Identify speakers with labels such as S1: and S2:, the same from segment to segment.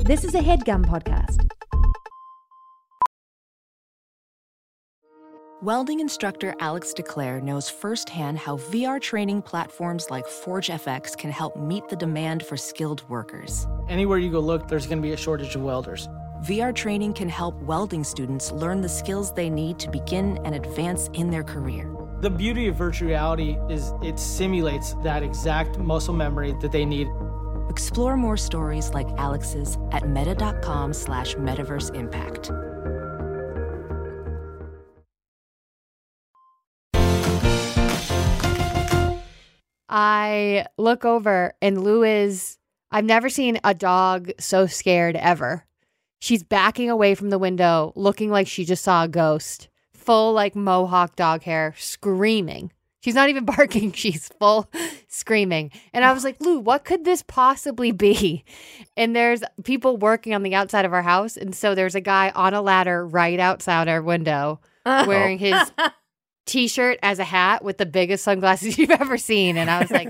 S1: This is a headgum podcast.
S2: Welding instructor Alex DeClaire knows firsthand how VR training platforms like ForgeFX can help meet the demand for skilled workers.
S3: Anywhere you go look, there's going to be a shortage of welders.
S2: VR training can help welding students learn the skills they need to begin and advance in their career.
S3: The beauty of virtual reality is it simulates that exact muscle memory that they need.
S2: Explore more stories like Alex's at meta.com slash metaverse impact.
S4: I look over and Lou is I've never seen a dog so scared ever. She's backing away from the window, looking like she just saw a ghost. Full like mohawk dog hair, screaming. She's not even barking, she's full screaming. And I was like, "Lou, what could this possibly be?" And there's people working on the outside of our house, and so there's a guy on a ladder right outside our window wearing his t-shirt as a hat with the biggest sunglasses you've ever seen and i was like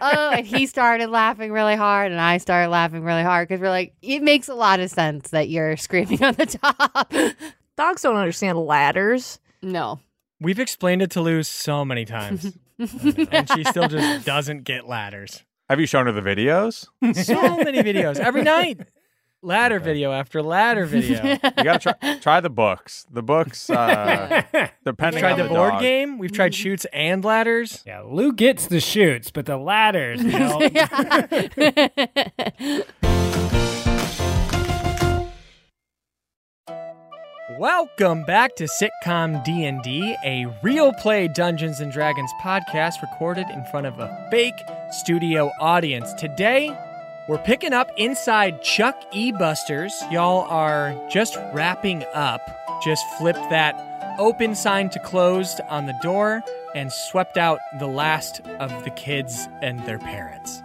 S4: oh and he started laughing really hard and i started laughing really hard because we're like it makes a lot of sense that you're screaming on the top
S5: Dogs don't understand ladders.
S4: no
S6: We've explained it to Lou so many times, and she still just doesn't get ladders.
S7: Have you shown her the videos?
S6: So many videos every night. Ladder video after ladder video.
S7: You gotta try, try the books. The books, uh,
S6: We've
S7: depending
S6: tried
S7: on
S6: the
S7: the,
S6: board
S7: dog.
S6: game. We've tried shoots and ladders.
S8: Mm. Yeah, Lou gets the shoots, but the ladders. You know?
S6: Welcome back to Sitcom D&D, a real play Dungeons and Dragons podcast recorded in front of a fake studio audience. Today, we're picking up inside Chuck E Busters. Y'all are just wrapping up. Just flipped that open sign to closed on the door and swept out the last of the kids and their parents.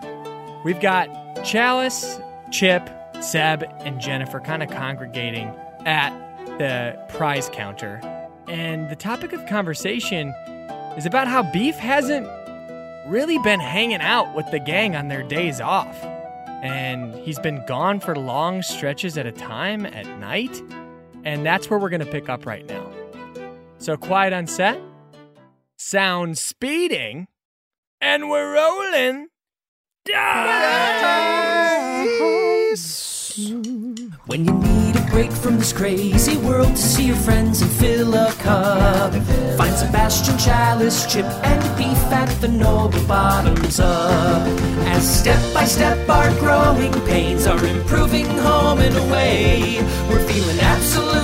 S6: We've got Chalice, Chip, Seb, and Jennifer kind of congregating at the prize counter. And the topic of conversation is about how Beef hasn't really been hanging out with the gang on their days off. And he's been gone for long stretches at a time at night. And that's where we're going to pick up right now. So quiet on set, sound speeding, and we're rolling.
S9: When you need a break from this crazy world to see your friends and fill a cup, find Sebastian Chalice, Chip, and Beef at the Noble Bottoms Up. As step by step our growing pains are improving home and away, we're feeling absolutely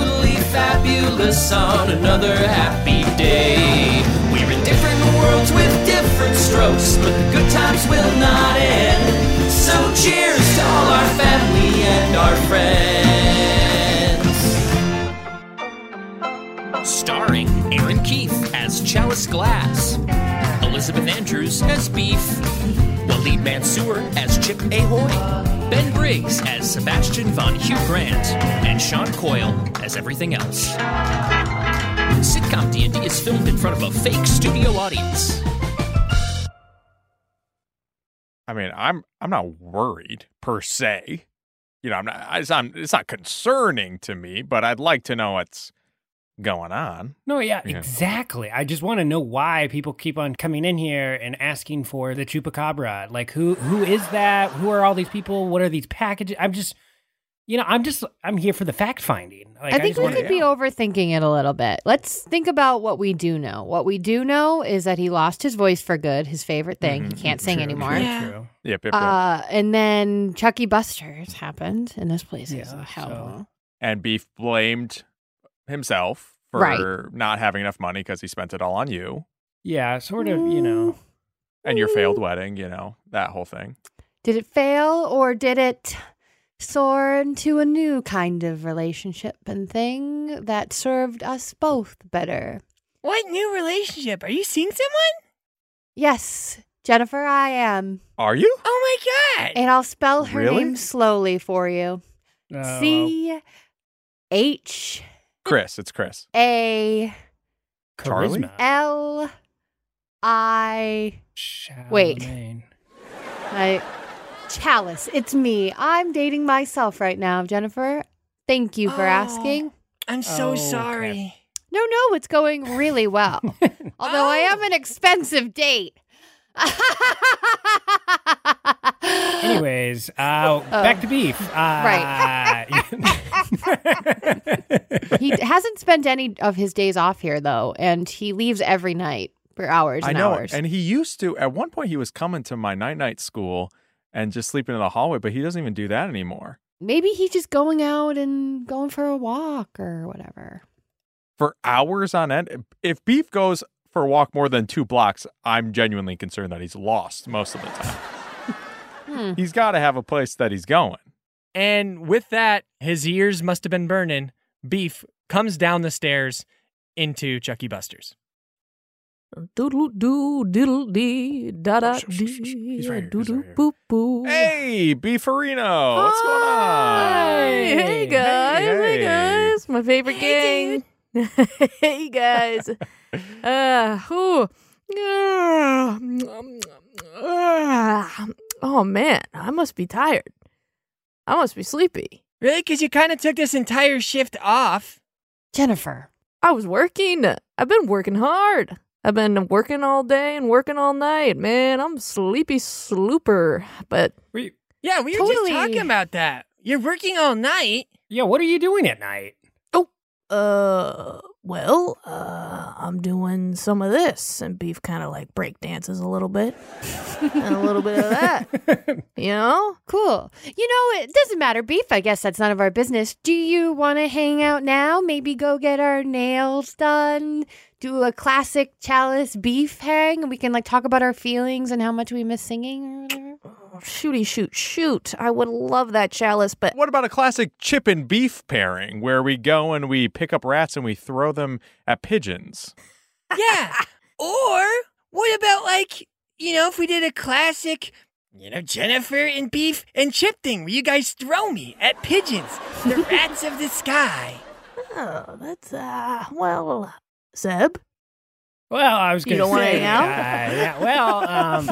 S9: fabulous on another happy day. We're in different worlds with different strokes, but the good times will not end. So cheers to all our family and our friends. Starring Aaron Keith as Chalice Glass, Elizabeth Andrews as Beef, Waleed Mansour as Chip Ahoy, Ben Briggs as Sebastian von Hugh Grant, and Sean Coyle as everything else. Sitcom D&D is filmed in front of a fake studio audience.
S7: I mean, I'm I'm not worried per se. You know, I'm not. It's not, it's not concerning to me, but I'd like to know what's going on.
S8: no, yeah,
S7: Yeah.
S8: exactly. I just want to know why people keep on coming in here and asking for the chupacabra. Like, who who is that? Who are all these people? What are these packages? I'm just, you know, I'm just, I'm here for the fact finding. Like,
S4: i think
S8: just
S4: we
S8: wanna-
S4: could be overthinking it a little bit let's think about what we do know what we do know is that he lost his voice for good his favorite thing he can't sing
S8: Mm-hmm. True,
S4: anymore
S8: true,
S6: Yeah.
S8: true.
S7: Yep, yep, yep.
S4: uh and then chucky busters happened and this place is
S8: Yeah,
S4: a hell
S8: so-
S7: Uh-huh. and Beef blamed himself for
S4: Right.
S7: not having enough money because he spent it all on you
S8: Yeah, sort of, you know.
S7: and your failed wedding. You know that whole thing.
S4: Did Mm. it fail or did it soar into a new kind of relationship and thing that served us both better?
S6: What new relationship? Are you seeing someone?
S4: Yes, Jennifer, I am.
S7: Are you?
S6: Oh my god!
S4: And I'll spell her
S7: Really?
S4: name slowly for you
S8: Oh,
S4: C H
S7: Chris, it's Chris.
S4: A
S7: Charlie?
S8: charisma.
S4: L I. Wait.
S8: Charlemagne.
S4: I Chalice, it's me. I'm dating myself right now, Jennifer. Thank you for
S6: Oh.
S4: asking.
S6: I'm
S8: Oh,
S6: so
S8: crap.
S6: sorry.
S4: No, no, it's going really well. Although I
S6: Oh.
S4: am an expensive date.
S8: Anyways, uh, back to beef. Uh, right.
S4: he hasn't spent any of his days off here though, and he leaves every night for hours
S7: I
S4: and
S7: know.
S4: hours.
S7: And he used to, at one point, he was coming to my night night school and just sleeping in the hallway, but he doesn't even do that anymore.
S4: Maybe he's just going out and going for a walk or whatever.
S7: For hours on end, if Beef goes for a walk more than two blocks, I'm genuinely concerned that he's lost most of the time.
S4: Hmm.
S7: He's got to have a place that he's going.
S6: And with that, his ears must have been burning. Beef comes down the stairs into Chucky Buster's.
S5: Doodle doo diddle dee da da
S7: Oh, sh- sh- sh- sh- he's right
S5: dee doo
S7: here, he's
S5: doo
S7: right here.
S5: boo boo.
S4: Hmm.
S7: Hey, Beefarino, what's going on?
S5: Hey, hey guys, hey,
S7: hey.
S5: guys, my favorite gang. hey guys, uh, whew. oh man, I must be tired. I must be sleepy.
S6: Really? Because you kind of took this entire shift off.
S4: Jennifer.
S5: I was working. I've been working hard. I've been working all day and working all night. Man, I'm sleepy slooper. But
S8: Were you-
S6: Yeah, we were
S4: Totally.
S6: just talking about that. You're working all night.
S8: yeah, what are you doing at night?
S5: uh well, uh I'm doing some of this and beef kind of like break dances a little bit. and a little bit of that. You know?
S4: Cool. You know, it doesn't matter, Beef. I guess that's none of our business. Do you want to hang out now? Maybe go get our nails done, do a classic chalice beef hang, and we can like talk about our feelings and how much we miss singing or whatever.
S5: Oh, Shooty shoot shoot. I would love that chalice, but
S7: What about a classic chip and beef pairing where we go and we pick up rats and we throw them at pigeons?
S6: Yeah. or what about like, you know, if we did a classic, you know, Jennifer and beef and chip thing where you guys throw me at pigeons, the rats of the sky.
S5: oh, that's uh well, Zeb.
S8: Well, I was
S5: You
S8: going
S5: don't wanna
S8: say,
S5: hang out?
S8: uh, yeah, well, um,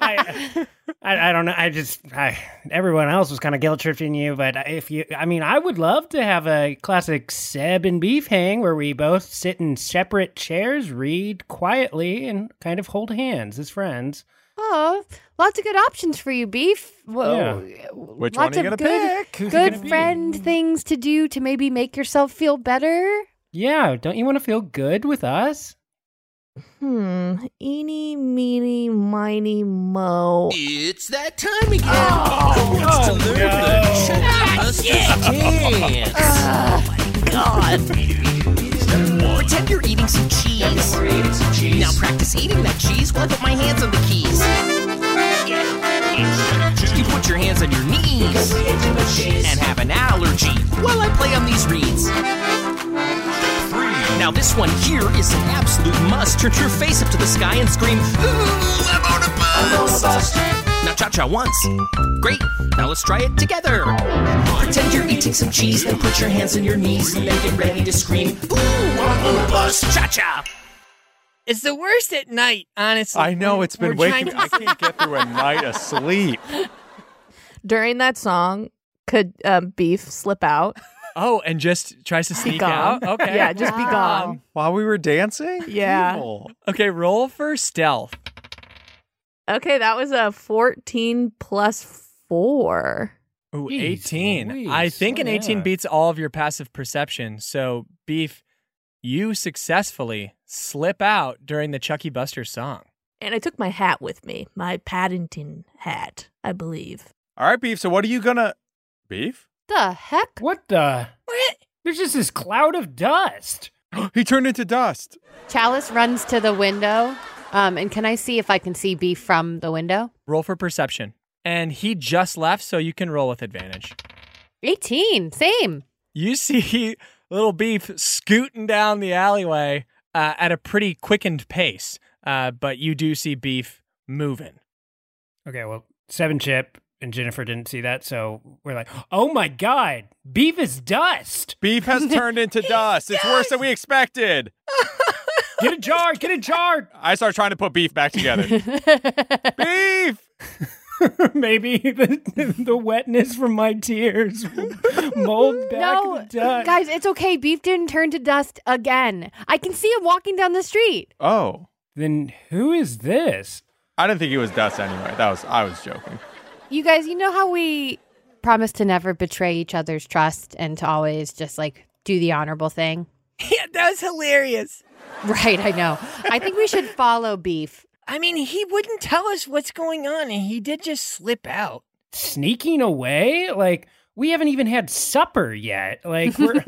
S8: I, I, I don't know. I just, I, everyone else was kind of guilt tripping you, but if you, I mean, I would love to have a classic Seb and Beef hang where we both sit in separate chairs, read quietly, and kind of hold hands as friends.
S4: oh, lots of good options for you, Beef. Whoa.
S7: Which
S4: lots
S7: one are you
S4: of
S7: going to
S4: good,
S7: pick?
S8: Who's it
S4: Good
S8: gonna be?
S4: friend things to do to maybe make yourself feel better.
S8: Yeah, don't you want to feel good with us?
S5: Hmm. Eeny, meeny, miny, mo.
S9: It's that time again. Oh, Ah, wants to learn the Check Buster's Oh, God. Pretend you're eating some cheese. Now practice eating that cheese while I put my hands on the keys. You put your hands on your knees and have an allergy while I play on these reeds. Now this one here is an absolute must. Turn your face up to the sky and scream, Ooh, I'm on a bus. Now cha-cha once. Great. Now let's try it together. Pretend you're eating some cheese, then put your hands on your knees and then get ready to scream, Ooh, I'm on a bus. Cha-cha.
S6: It's the worst at night, honestly.
S7: I know it's been
S6: We're
S7: waking.
S6: trying
S7: I
S6: to-
S7: can't get through a night of sleep.
S5: During that song, could um, beef slip out?
S6: oh, and just tries to
S5: Be
S6: sneak
S5: gone.
S6: out. Okay.
S5: Yeah, just be
S4: Wow.
S5: gone.
S7: While we were dancing?
S5: oh. Yeah.
S7: Evil.
S6: Okay, roll for stealth.
S5: Okay, that was a 14 plus 4.
S6: Ooh,
S8: Jeez
S6: 18. I
S8: Louise.
S6: think an
S8: Oh,
S6: 18
S8: yeah.
S6: beats all of your passive perception. So, Beef, you successfully slip out during the Chucky Buster song.
S5: And I took my hat with me, my Paddington hat, I believe.
S7: All right, Beef. So what are you going to. Beef?
S4: The heck?
S8: What the? There's just this cloud of dust.
S7: he turned into dust.
S4: Chalice runs to the window. Um, and can I see if I can see Beef from the window?
S6: Roll for perception. And he just left, so you can roll with advantage.
S4: 18, same.
S6: You see little Beef scooting down the alleyway uh, at a pretty quickened pace, uh, but you do see Beef moving.
S8: Okay, well, Seven Chip and Jennifer didn't see that, so we're like, oh my god, beef is dust.
S7: Beef has turned into dust. It's worse than we expected.
S8: Get a jar, get a jar.
S7: I start trying to put Beef back together. beef!
S8: Maybe the, the wetness from my tears will mold back
S4: No,
S8: the dust.
S4: guys, it's okay. Beef didn't turn to dust again. I can see him walking down the street.
S7: Oh,
S8: Then who is this?
S7: I didn't think it was dust anyway. That was I was joking.
S4: You guys, you know how we promise to never betray each other's trust and to always just like do the honorable thing?
S10: Yeah, that was hilarious.
S4: Right, I know. I think we should follow Beef.
S10: I mean, he wouldn't tell us what's going on, and he did just slip out.
S8: Sneaking away? Like we haven't even had supper yet. Like we're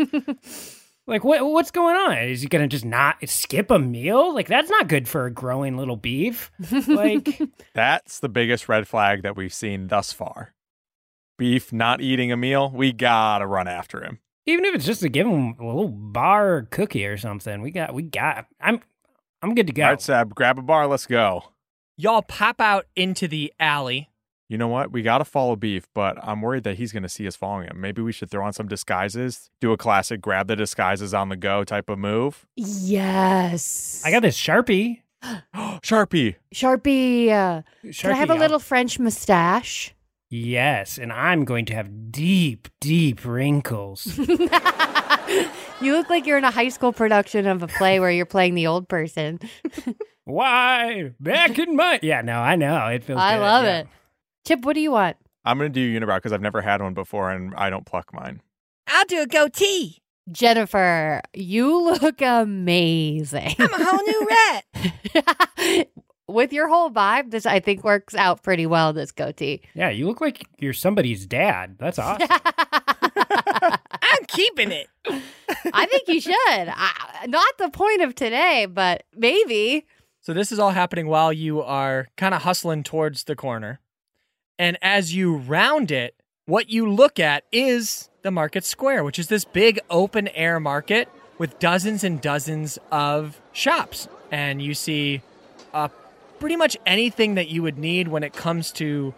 S8: like what what's going on? Is he gonna just not skip a meal? Like that's not good for a growing little beef. Like
S7: That's the biggest red flag that we've seen thus far. Beef not eating a meal. We gotta run after him.
S8: even if it's just to give him a little bar or cookie or something, we got we got. I'm I'm good to go.
S7: All right, Seb, grab a bar. Let's go.
S6: Y'all pop out into the alley.
S7: You know what? We gotta follow Beef, but I'm worried that he's gonna see us following him. Maybe we should throw on some disguises. Do a classic grab the disguises on the go type of move.
S4: Yes.
S8: I got this sharpie.
S7: Sharpie.
S4: Sharpie. Uh,
S8: sharpie
S4: can I have a
S8: out.
S4: little French mustache?
S8: Yes, and I'm going to have deep, deep wrinkles.
S4: you look like you're in a high school production of a play where you're playing the old person.
S8: Why? Back in my yeah, no, I know it feels.
S4: I
S8: good,
S4: love
S8: yeah.
S4: it. Chip, what do you want?
S7: I'm gonna do unibrow because I've never had one before and I don't pluck mine.
S10: I'll do a goatee.
S4: Jennifer, you look amazing.
S10: I'm a whole new rat.
S4: With your whole vibe, this I think works out pretty well, this goatee.
S8: Yeah, you look like you're somebody's dad. That's awesome.
S10: I'm keeping it.
S4: I think you should. I, not the point of today, but maybe.
S6: So this is all happening while you are kind of hustling towards the corner. And as you round it, what you look at is the market square, which is this big open air market with dozens and dozens of shops. And you see uh, pretty much anything that you would need when it comes to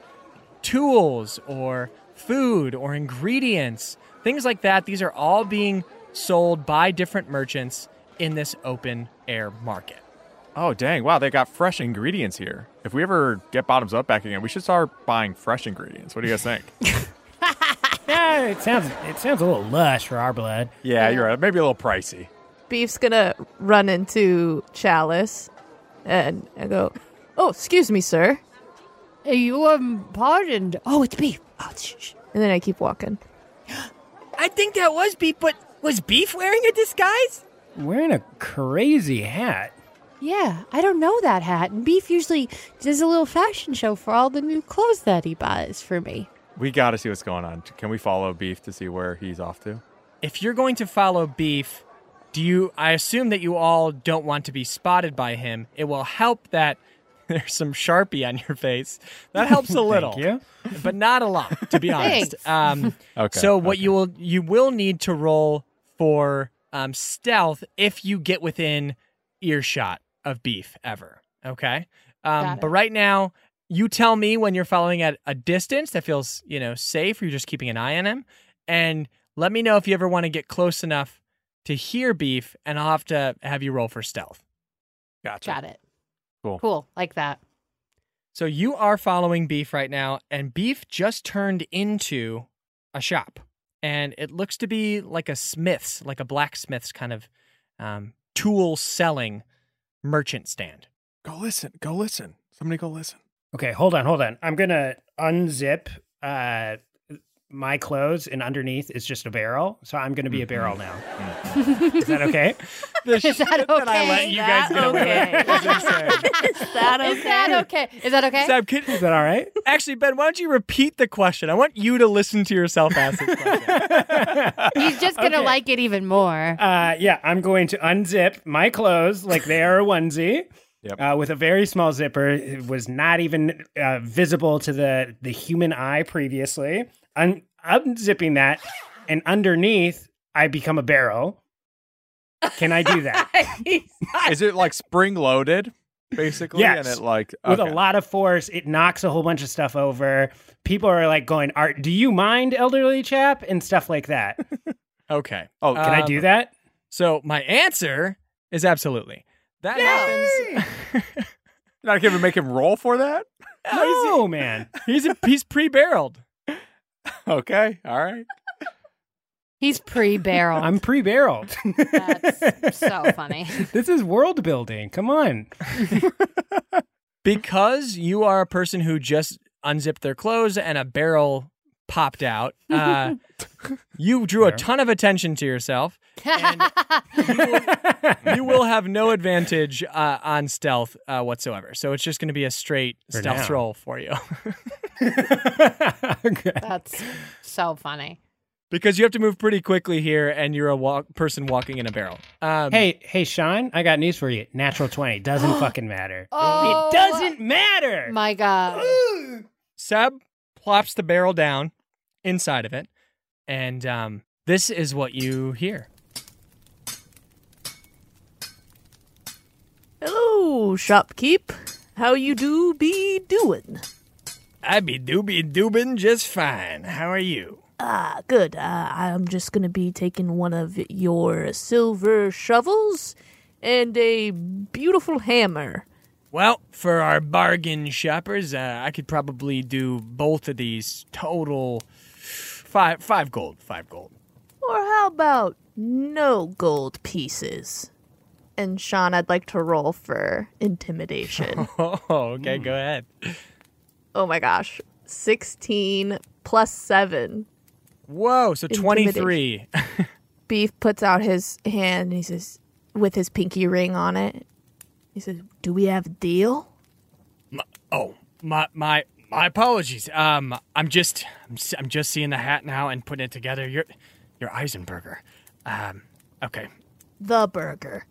S6: tools or food or ingredients, things like that. These are all being sold by different merchants in this open air market.
S7: Oh dang, wow, they got fresh ingredients here. If we ever get bottoms up back again, we should start buying fresh ingredients. What do you guys think?
S8: yeah, it sounds it sounds a little lush for our blood.
S7: yeah, you're right. Maybe a little pricey.
S5: Beef's gonna run into Chalice and I go, Oh, excuse me, sir.
S4: You are pardoned. Oh, it's beef. Oh, sh- sh-
S5: And then I keep walking.
S10: I think that was beef, but was beef wearing a disguise?
S8: Wearing a crazy hat.
S4: Yeah, I don't know that hat. And Beef usually does a little fashion show for all the new clothes that he buys for me.
S7: We gotta see what's going on. Can we follow Beef to see where he's off to?
S6: if you're going to follow Beef, do you? I assume that you all don't want to be spotted by him. It will help that there's some sharpie on your face. That helps a little,
S8: you.
S6: but not a lot, to be honest.
S4: Thanks.
S6: Um,
S7: Okay,
S6: So what
S7: okay.
S6: you will you will need to roll for um, stealth if you get within earshot of Beef ever. Okay. Um,
S4: Got it.
S6: but right now, you tell me when you're following at a distance that feels you know safe. Or you're just keeping an eye on him, and let me know if you ever want to get close enough to hear beef, and I'll have to have you roll for stealth.
S7: Gotcha.
S4: Got it.
S7: Cool.
S4: Cool. Like that.
S6: So you are following beef right now, and beef just turned into a shop, and it looks to be like a smith's, like a blacksmith's kind of um, tool selling merchant stand.
S7: Go listen. Go listen. Somebody go listen.
S8: Okay, hold on, hold on. I'm gonna unzip uh my clothes, and underneath is just a barrel. So I'm gonna be a barrel now. Is that okay?
S6: The shit
S4: that
S6: I let
S4: okay?
S6: you
S10: Uh,
S6: guys get away with was insane.
S5: Is that
S4: Is that okay? Is that okay?
S6: Seb, can-
S8: Is that all right?
S6: Actually, Ben, why don't you repeat the question? I want you to listen to yourself ask this question.
S4: He's just gonna like it even more.
S8: Uh, yeah, I'm going to unzip my clothes like they are a onesie.
S7: Yep.
S8: Uh, with a very small zipper, it was not even uh, visible to the the human eye previously. Un- unzipping that, and underneath, I become a barrel. Can I do that
S7: Is it like spring loaded, basically?
S8: Yes.
S7: And it like
S8: with
S7: okay.
S8: a lot of force? It knocks a whole bunch of stuff over. People are like going, "Art, do you mind, elderly chap?" and stuff like that. Can
S6: Okay.
S7: Oh, can
S8: I do that?
S6: So my answer is absolutely. That happens.
S7: You're not gonna make him roll for that?
S8: No, man.
S6: He's a, he's pre-barreled.
S7: Okay. All right.
S4: He's pre-barrel.
S8: I'm pre-barreled.
S4: That's so funny.
S8: This is world building. Come on.
S6: Because you are a person who just unzipped their clothes and a barrel popped out, uh, you drew a ton of attention to yourself. You will have no advantage uh, on stealth uh, whatsoever. So it's just going to be a straight
S8: For
S6: stealth
S8: now.
S6: roll for you.
S8: okay.
S4: That's so funny.
S6: because you have to move pretty quickly here and you're a walk- person walking in a barrel. Um,
S8: Hey, hey, Sean, I got news for you. Natural 20 doesn't fucking matter.
S4: Oh.
S8: it doesn't matter.
S4: My God.
S6: Seb plops the barrel down inside of it, and um, this is what you hear.
S5: Hello, shopkeep. How you do be doing?
S6: I be doobie doobin just fine. How are you?
S5: Ah, good. Uh, I'm just gonna be taking one of your silver shovels and a beautiful hammer.
S6: Well, for our bargain shoppers, uh, I could probably do both of these total five five gold, five gold.
S5: Or how about no gold pieces? And Sean, I'd like to roll for intimidation.
S6: Oh, okay, go ahead.
S5: oh my gosh, sixteen plus seven.
S6: Whoa, so twenty three.
S5: Beef puts out his hand and he says, with his pinky ring on it, he says, Do we have a deal?
S6: Oh, my my my apologies. Um, I'm just I'm, s- I'm just seeing the hat now and putting it together. You're you're Eisenberger. Um, okay,
S5: The burger.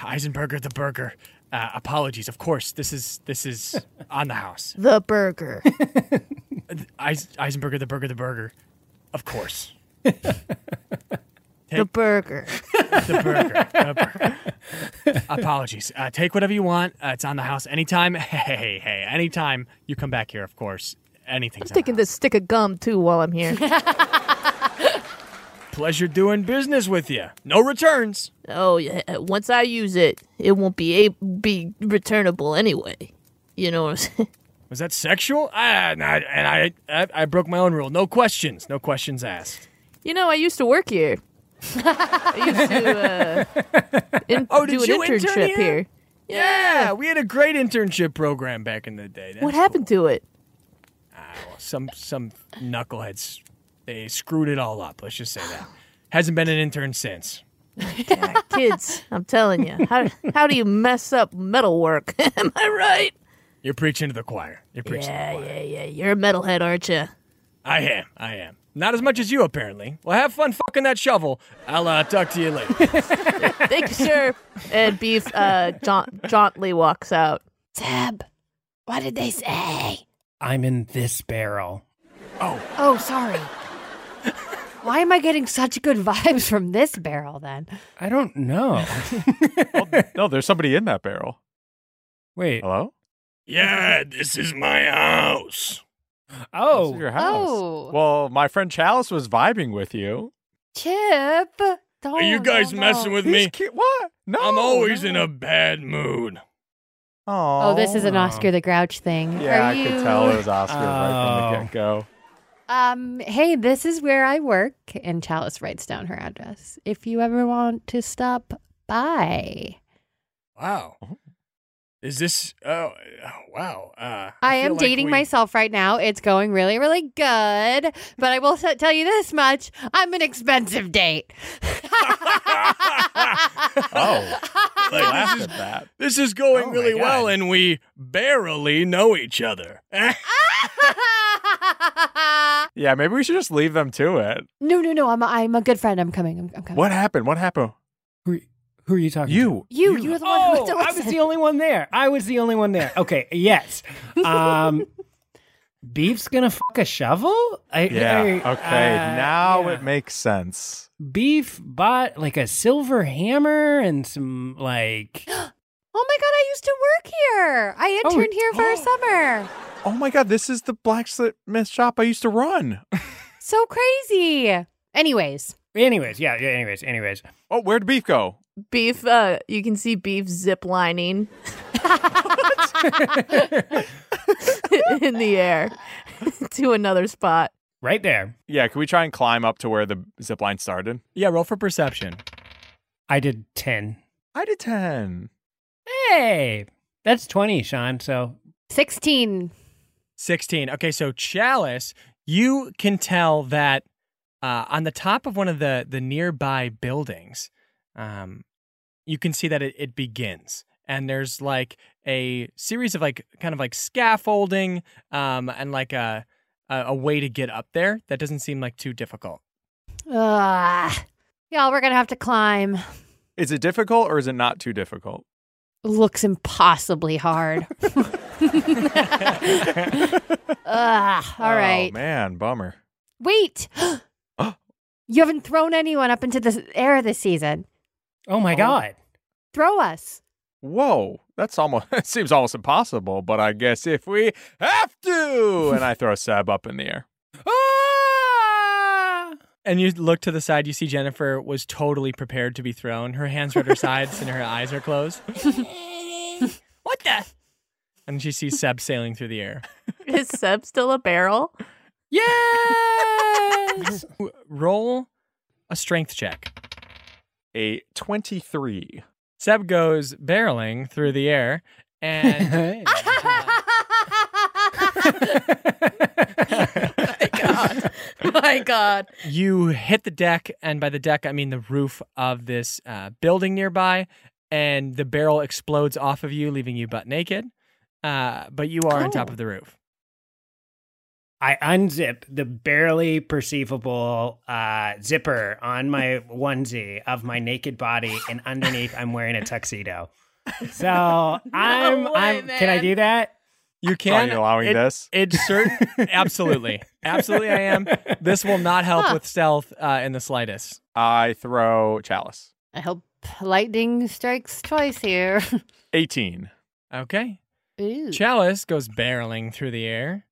S6: Eisenberger the burger. Uh, apologies, of course. This is this is on the house.
S5: The burger.
S6: Eis- Eisenberger the burger the burger. Of course,
S5: the burger.
S6: the burger. the burger. apologies. Uh, take whatever you want. Uh, it's on the house anytime. Hey hey hey. Anytime you come back here, of course. Anything's
S5: I'm taking
S6: on the
S5: this stick of gum too while I'm here.
S6: house. Pleasure doing business with you. No returns.
S5: oh, yeah. Once I use it, it won't be able, be returnable anyway. You know what I'm saying?
S6: Was that sexual? I, and I, and I, I, I broke my own rule. No questions. No questions asked.
S5: You know, I used to work here. I used to uh, in-
S6: Oh,
S5: do
S6: did
S5: an
S6: you intern
S5: internship
S6: here?
S5: here.
S6: Yeah, we had a great internship program back in the day. That's
S5: What happened to it?
S6: cool. Some some knuckleheads, they screwed it all up. Let's just say that. Hasn't been an intern since.
S5: uh, Kids, I'm telling you. How, how do you mess up metal work? Am I right?
S6: You're preaching to the choir. You're preaching.
S5: Yeah, yeah, yeah. You're a metalhead, aren't you?
S6: I am. I am. Not as much as you apparently. Well, have fun fucking that shovel. I'll uh, talk to you later.
S5: Thank you, sir. And Beef uh, jaunt- jauntily walks out.
S4: Seb, what did they say?
S8: I'm in this barrel.
S4: Oh, sorry. Why am I getting such good vibes from this barrel then?
S8: I don't know.
S7: No, there's somebody in that barrel.
S8: Wait.
S7: Hello? Yeah, this is my house. This is
S8: Oh,
S7: your house.
S4: Oh.
S7: Well, my friend Chalice was vibing with you.
S4: Chip, don't. don't, don't.
S7: He's ki- what? No.
S6: bad mood.
S7: Oh,
S4: Oh, this is an Oscar the Grouch thing.
S7: Yeah,
S4: Are
S7: I
S4: you...
S7: could tell it was Oscar right
S8: Oh.
S7: from the get go.
S4: Um, hey, this is where I work, and Chalice writes down her address. If you ever want to stop by,
S6: Wow. Is this? Oh, wow. Uh, I,
S4: I, am
S6: feel like
S4: dating
S6: we-
S4: myself right now. It's going really, really good, but I will s- tell you this much: I'm an expensive date.
S7: Oh, I
S6: this
S7: laughed
S6: is-
S7: at that.
S6: This is going
S8: Oh my
S6: really
S8: God.
S6: well, and we barely know each other.
S7: Yeah, maybe we should just leave them to it.
S4: no, no, no. I'm a, I'm a good friend. I'm coming. I'm, I'm coming.
S7: What happened? What happened?
S8: who, who are you talking to?
S7: You.
S4: You, you were the one who
S8: Oh,
S4: had to
S8: I was
S4: listen.
S8: the only one there. I was the only one there. Okay, yes. Um, Beef's gonna fuck a shovel. I,
S7: Yeah. Okay.
S8: I- uh,
S7: now
S8: yeah.
S7: it makes sense.
S8: Beef bought like a silver hammer and some like.
S4: Oh my god, I used to work here. I
S8: Oh,
S4: interned here for a summer.
S7: Oh my God, this is the blacksmith shop I used to run.
S4: So crazy. Anyways,
S8: Anyways, yeah, yeah. Anyways, anyways.
S7: Oh, where'd beef go?
S5: Beef, uh, you can see Beef ziplining in the air to another spot.
S8: Right there.
S7: Yeah, can we try and climb up to where the zip line started?
S6: Yeah, roll for perception.
S8: I did 10.
S7: I did 10.
S8: Hey, that's 20, Sean. So
S4: 16.
S6: 16. Okay, so Chalice, you can tell that uh, on the top of one of the, the nearby buildings, um, you can see that it, it begins. And there's like a series of like kind of like scaffolding um, and like a, a, a way to get up there that doesn't seem like too difficult.
S4: Ugh. Y'all, we're going to have to climb.
S7: Is it difficult or is it not too difficult?
S4: Looks impossibly hard. Ugh. All right.
S7: Oh, man, bummer.
S4: Wait. you haven't thrown anyone up into the air this season.
S8: Oh my God.
S4: Throw us.
S7: Whoa, that's almost, it seems almost impossible, but I guess if we have to, and I throw Seb up in the air.
S6: Ah! And you look to the side, you see Jennifer was totally prepared to be thrown. Her hands are at her sides and her eyes are closed.
S10: What the?
S6: And she sees Seb sailing through the air.
S5: Is Seb still a barrel?
S6: Yes! Roll a strength check.
S7: A 23.
S6: Seb goes barreling through the air and
S5: My God.
S6: you hit the deck, and by the deck, I mean the roof of this uh, building nearby, and the barrel explodes off of you, leaving you butt naked. Uh, but you are on top
S5: Oh.
S6: of the roof.
S8: I unzip the barely perceivable uh, zipper on my onesie of my naked body, and underneath, I'm wearing a tuxedo. So I'm,
S5: way,
S8: I'm. Can I
S5: man.
S8: do that?
S6: You can.
S7: Are you allowing
S6: it,
S7: this?
S6: It certain. absolutely, absolutely, I am. This will not help with stealth uh, in the slightest.
S7: I throw Chalice.
S4: I hope lightning strikes twice here.
S7: 18.
S6: Okay.
S4: Ooh.
S6: Chalice goes barreling through the air.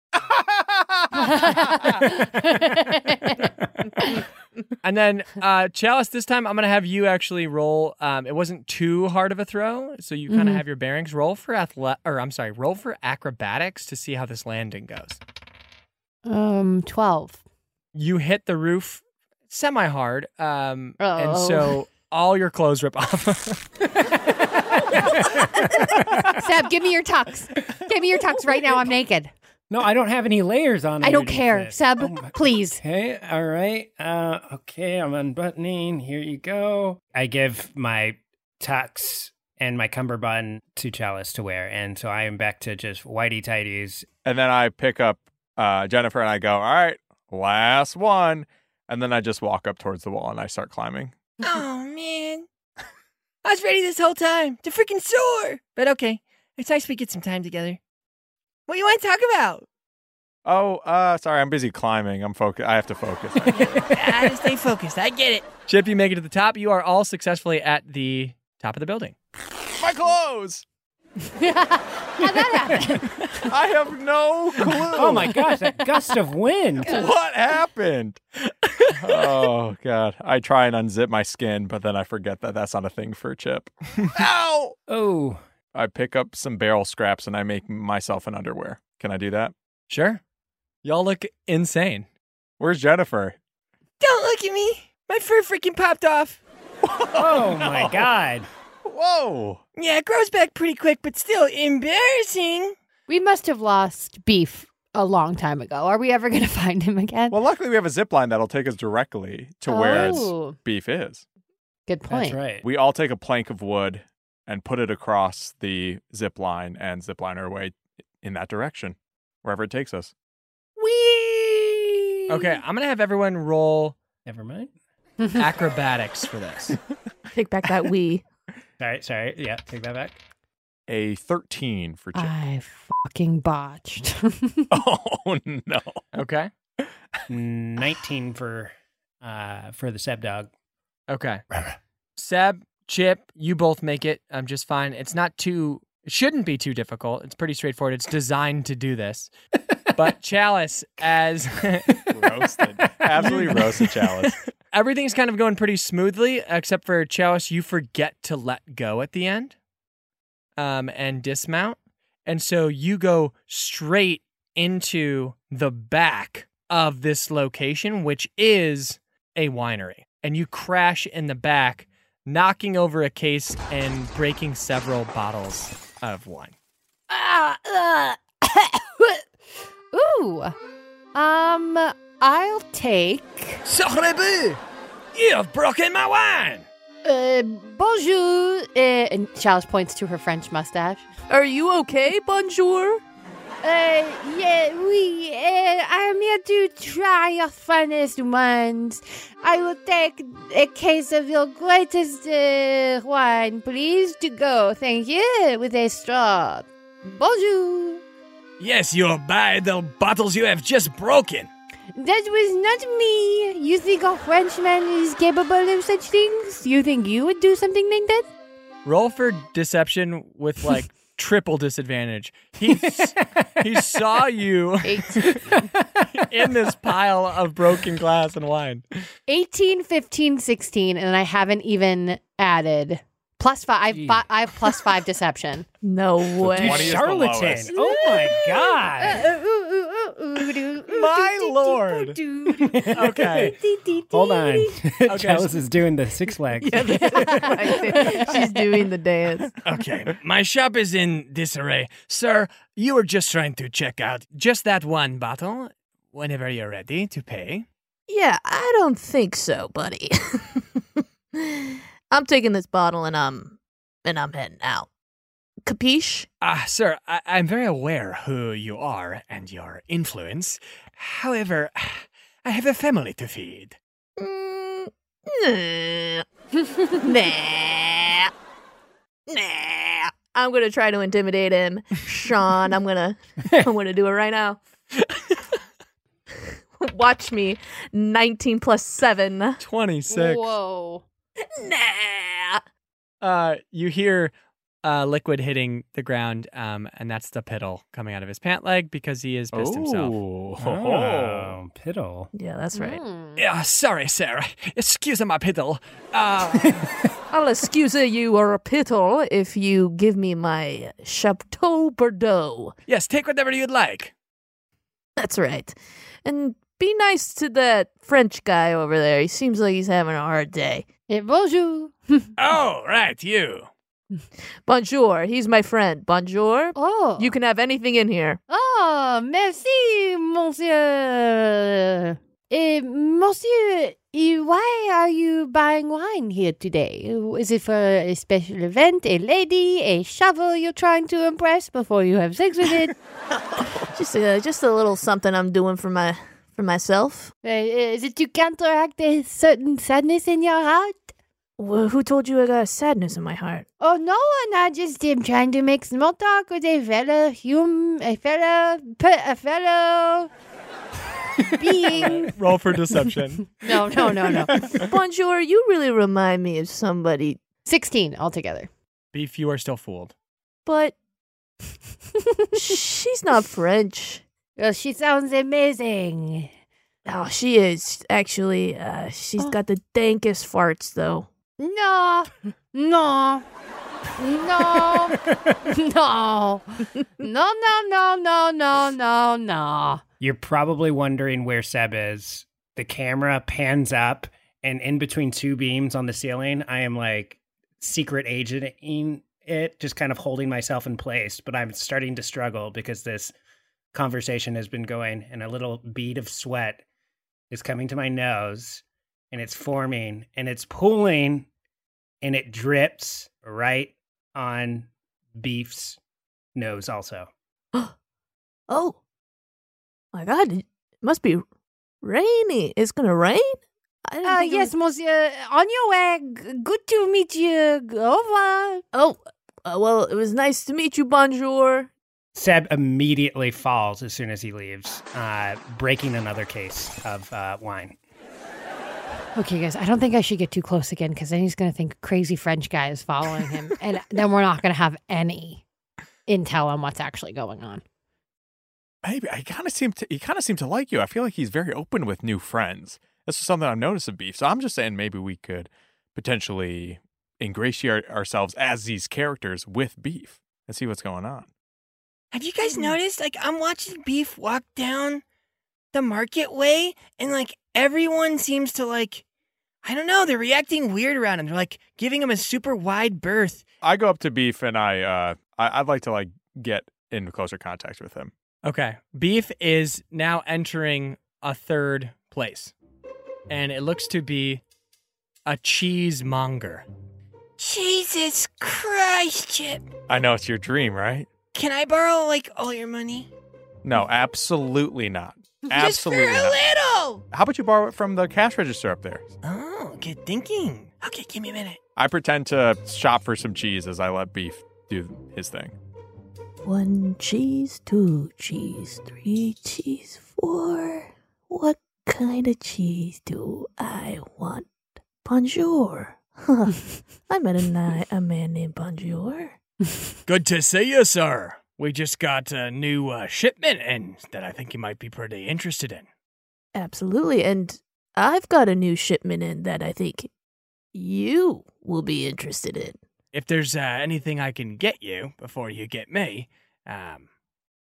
S6: And then, uh, Chalice, this time I'm going to have you actually roll. Um, it wasn't too hard of a throw, so you kind of
S4: Mhm.
S6: have your bearings. Roll for athle- or I'm sorry, roll for acrobatics to see how this landing goes.
S4: um, 12.
S6: You hit the roof semi hard, um, and
S4: Uh-oh.
S6: so all your clothes rip off.
S4: Seb, give me your tux. Give me your tux right now. I'm naked.
S8: No, I don't have any layers on.
S4: I don't
S8: underneath
S4: care.
S8: it.
S4: Seb,
S8: Oh my-
S4: please.
S8: Okay, all right. Uh, okay, I'm unbuttoning. Here you go. I give my tux and my cummerbund to Chalice to wear, and so I am back to just whitey tighties.
S7: And then I pick up uh, Jennifer and I go, all right, last one. And then I just walk up towards the wall and I start climbing.
S10: Oh man. I was ready this whole time to freaking soar. But okay, it's nice we get some time together. What you want to talk about?
S7: Oh, uh, sorry, I'm busy climbing. I'm focused. I have to focus.
S10: I just stay focused. I get it.
S6: Chip, you make it to the top. You are all successfully at the top of the building.
S7: My clothes. I have no clue.
S8: Oh my gosh, that gust of wind!
S7: What happened? oh god. I try and unzip my skin, but then I forget that that's not a thing for Chip. Ow!
S8: Oh,
S7: I pick up some barrel scraps and I make myself an underwear. Can I do that?
S6: Sure, y'all look insane.
S7: Where's Jennifer?
S10: Don't look at me. My fur freaking popped off.
S8: oh my god!
S7: Whoa!
S10: Yeah, it grows back pretty quick, but still embarrassing.
S4: We must have lost beef a long time ago. Are we ever going to find him again?
S7: Well, luckily we have a zip line that'll take us directly to where its
S4: Oh.
S7: beef is.
S4: Good
S8: That's
S4: point.
S8: right.
S7: We all take a plank of wood and put it across the zip line and zip line our way in that direction, wherever it takes us.
S10: Wee.
S6: Okay, I'm gonna have everyone roll
S8: Never mind.
S6: acrobatics for this.
S5: Take back that we.
S8: Sorry, sorry. Yeah, take that back.
S7: A 13 for Chip.
S4: I fucking botched.
S7: oh no.
S6: Okay.
S8: Nineteen for, uh, for the seb dog.
S6: Okay. Seb, Chip, you both make it. I'm just fine. It's not too. It shouldn't be too difficult. It's pretty straightforward. It's designed to do this. But Chalice, as
S7: roasted. Absolutely roasted Chalice.
S6: everything's kind of going pretty smoothly, except for Chalice, you forget to let go at the end. um, and dismount. And so you go straight into the back of this location, which is a winery. And you crash in the back, knocking over a case and breaking several bottles of wine.
S4: Ah, uh, Ooh. Um, I'll take.
S6: Sorry, boo! You have broken my wine!
S4: Uh, bonjour. Uh, and Chalice points to her French mustache.
S5: Are you okay, Bonjour?
S4: Uh, yeah, we. Uh, I'm here to try your finest wines. I will take a case of your greatest uh, wine, please, to go. Thank you. With a straw. Bonjour.
S6: Yes, you'll buy the bottles you have just broken.
S4: That was not me. You think a Frenchman is capable of such things? You think you would do something like that?
S6: Roll for deception with like triple disadvantage. He s- he saw you
S4: Eight,
S6: in this pile of broken glass and wine.
S4: 18, 15, 16, and I haven't even added plus five. I've, fi- I have plus five deception.
S5: No way.
S8: You
S7: 20 is the
S8: charlatan.
S7: lowest.
S8: Oh my god.
S6: My lord. Okay.
S8: Hold on. Chalice
S6: so-
S8: is doing the six legs.
S5: She's doing the dance.
S6: Okay. My shop is in disarray. Sir, you were just trying to check out just that one bottle whenever you're ready to pay.
S5: Yeah, I don't think so, buddy. I'm taking this bottle and I'm and I'm heading out. Capiche?
S6: Ah, sir, I- I'm very aware who you are and your influence. However, I have a family to feed.
S5: Mm, nah. nah. Nah. I'm gonna try to intimidate him. Sean, I'm gonna I'm gonna do it right now. Watch me. 19 plus 7.
S6: 26.
S4: Whoa.
S5: Nah.
S6: Uh, you hear uh, liquid hitting the ground, um, and that's the piddle coming out of his pant leg because he is pissed himself.
S7: Ooh.
S8: Oh, piddle.
S5: Yeah, that's right.
S4: Hmm.
S6: Yeah, sorry, sir. Excuse my piddle. Uh,
S5: I'll excuse you or a piddle if you give me my Chateau Bordeaux.
S6: yes, take whatever you'd like.
S5: That's right. And be nice to that French guy over there. He seems like he's having a hard day.
S4: Eh, bonjour.
S6: Oh, right, you.
S5: Bonjour. He's my friend. Bonjour.
S4: Oh.
S5: You can have anything in here.
S4: Oh, merci, monsieur. Eh, monsieur, eh, why are you buying wine here today? Is it for a special event, a lady, a shovel you're trying to impress before you have sex with it?
S5: Just a, just a little something I'm doing for my for myself.
S4: Eh, eh, Is it to counteract a certain sadness in your heart?
S5: Wh- who told you I got sadness in my heart?
S4: Oh, no one. I just am trying to make small talk with a fellow hum, a fellow, pe- a fellow being.
S6: Roll for deception.
S4: No, no, no, no.
S5: Bonjour. You really remind me of somebody,
S4: 16 altogether.
S6: Beef, you are still fooled.
S5: but she's not French.
S4: Well, she sounds amazing.
S5: Oh, she is actually. Uh, she's
S4: Oh.
S5: got the dankest farts, though.
S4: No, no, no, no, no, no, no, no, no, no, no.
S8: You're probably wondering where Seb is. The camera pans up, and in between two beams on the ceiling, I am like secret agenting it, just kind of holding myself in place. But I'm starting to struggle because this conversation has been going, and a little bead of sweat is coming to my nose, and it's forming, and it's pooling, and it drips right on Beef's nose, also.
S5: Oh, my God! It must be rainy. It's gonna rain. I didn't
S4: Uh,
S5: think it
S4: yes,
S5: was-
S4: monsieur. On your way. G- Good to meet you. Au revoir.
S5: Oh, uh, well, it was nice to meet you. Bonjour.
S8: Seb immediately falls as soon as he leaves, uh, breaking another case of uh, wine.
S4: Okay, guys, I don't think I should get too close again because then he's going to think crazy French guy is following him. and then we're not going to have any intel on what's actually going on.
S7: Maybe I kind of seem to he kind of seemed to like you. I feel like he's very open with new friends. This is something I've noticed of Beef. So I'm just saying maybe we could potentially ingratiate ourselves as these characters with Beef. and see what's going on.
S10: Have you guys noticed? Like, I'm watching Beef walk down the market way, and like everyone seems to like, I don't know, they're reacting weird around him. They're like giving him a super wide berth.
S7: I go up to Beef and I, uh, I I'd like to like get in closer contact with him.
S6: Okay. Beef is now entering a third place. And it looks to be a cheesemonger.
S10: Jesus Christ, Chip!
S7: I know it's your dream, right?
S10: Can I borrow like all your money?
S7: No, absolutely not. Absolutely
S10: Just for a
S7: not.
S10: little.
S7: How about you borrow it from the cash register up there?
S10: Oh, good thinking. Okay, give me a minute.
S7: I pretend to shop for some cheese as I let Beef do his thing.
S5: One cheese, two cheese, three cheese, four. What kind of cheese do I want? Bonjour. Huh. I met a, ni- a man named Bonjour.
S6: Good to see you, sir. We just got a new uh, shipment in that I think you might be pretty interested in.
S5: Absolutely. And I've got a new shipment in that I think you will be interested in.
S6: If there's uh, anything I can get you before you get me, um,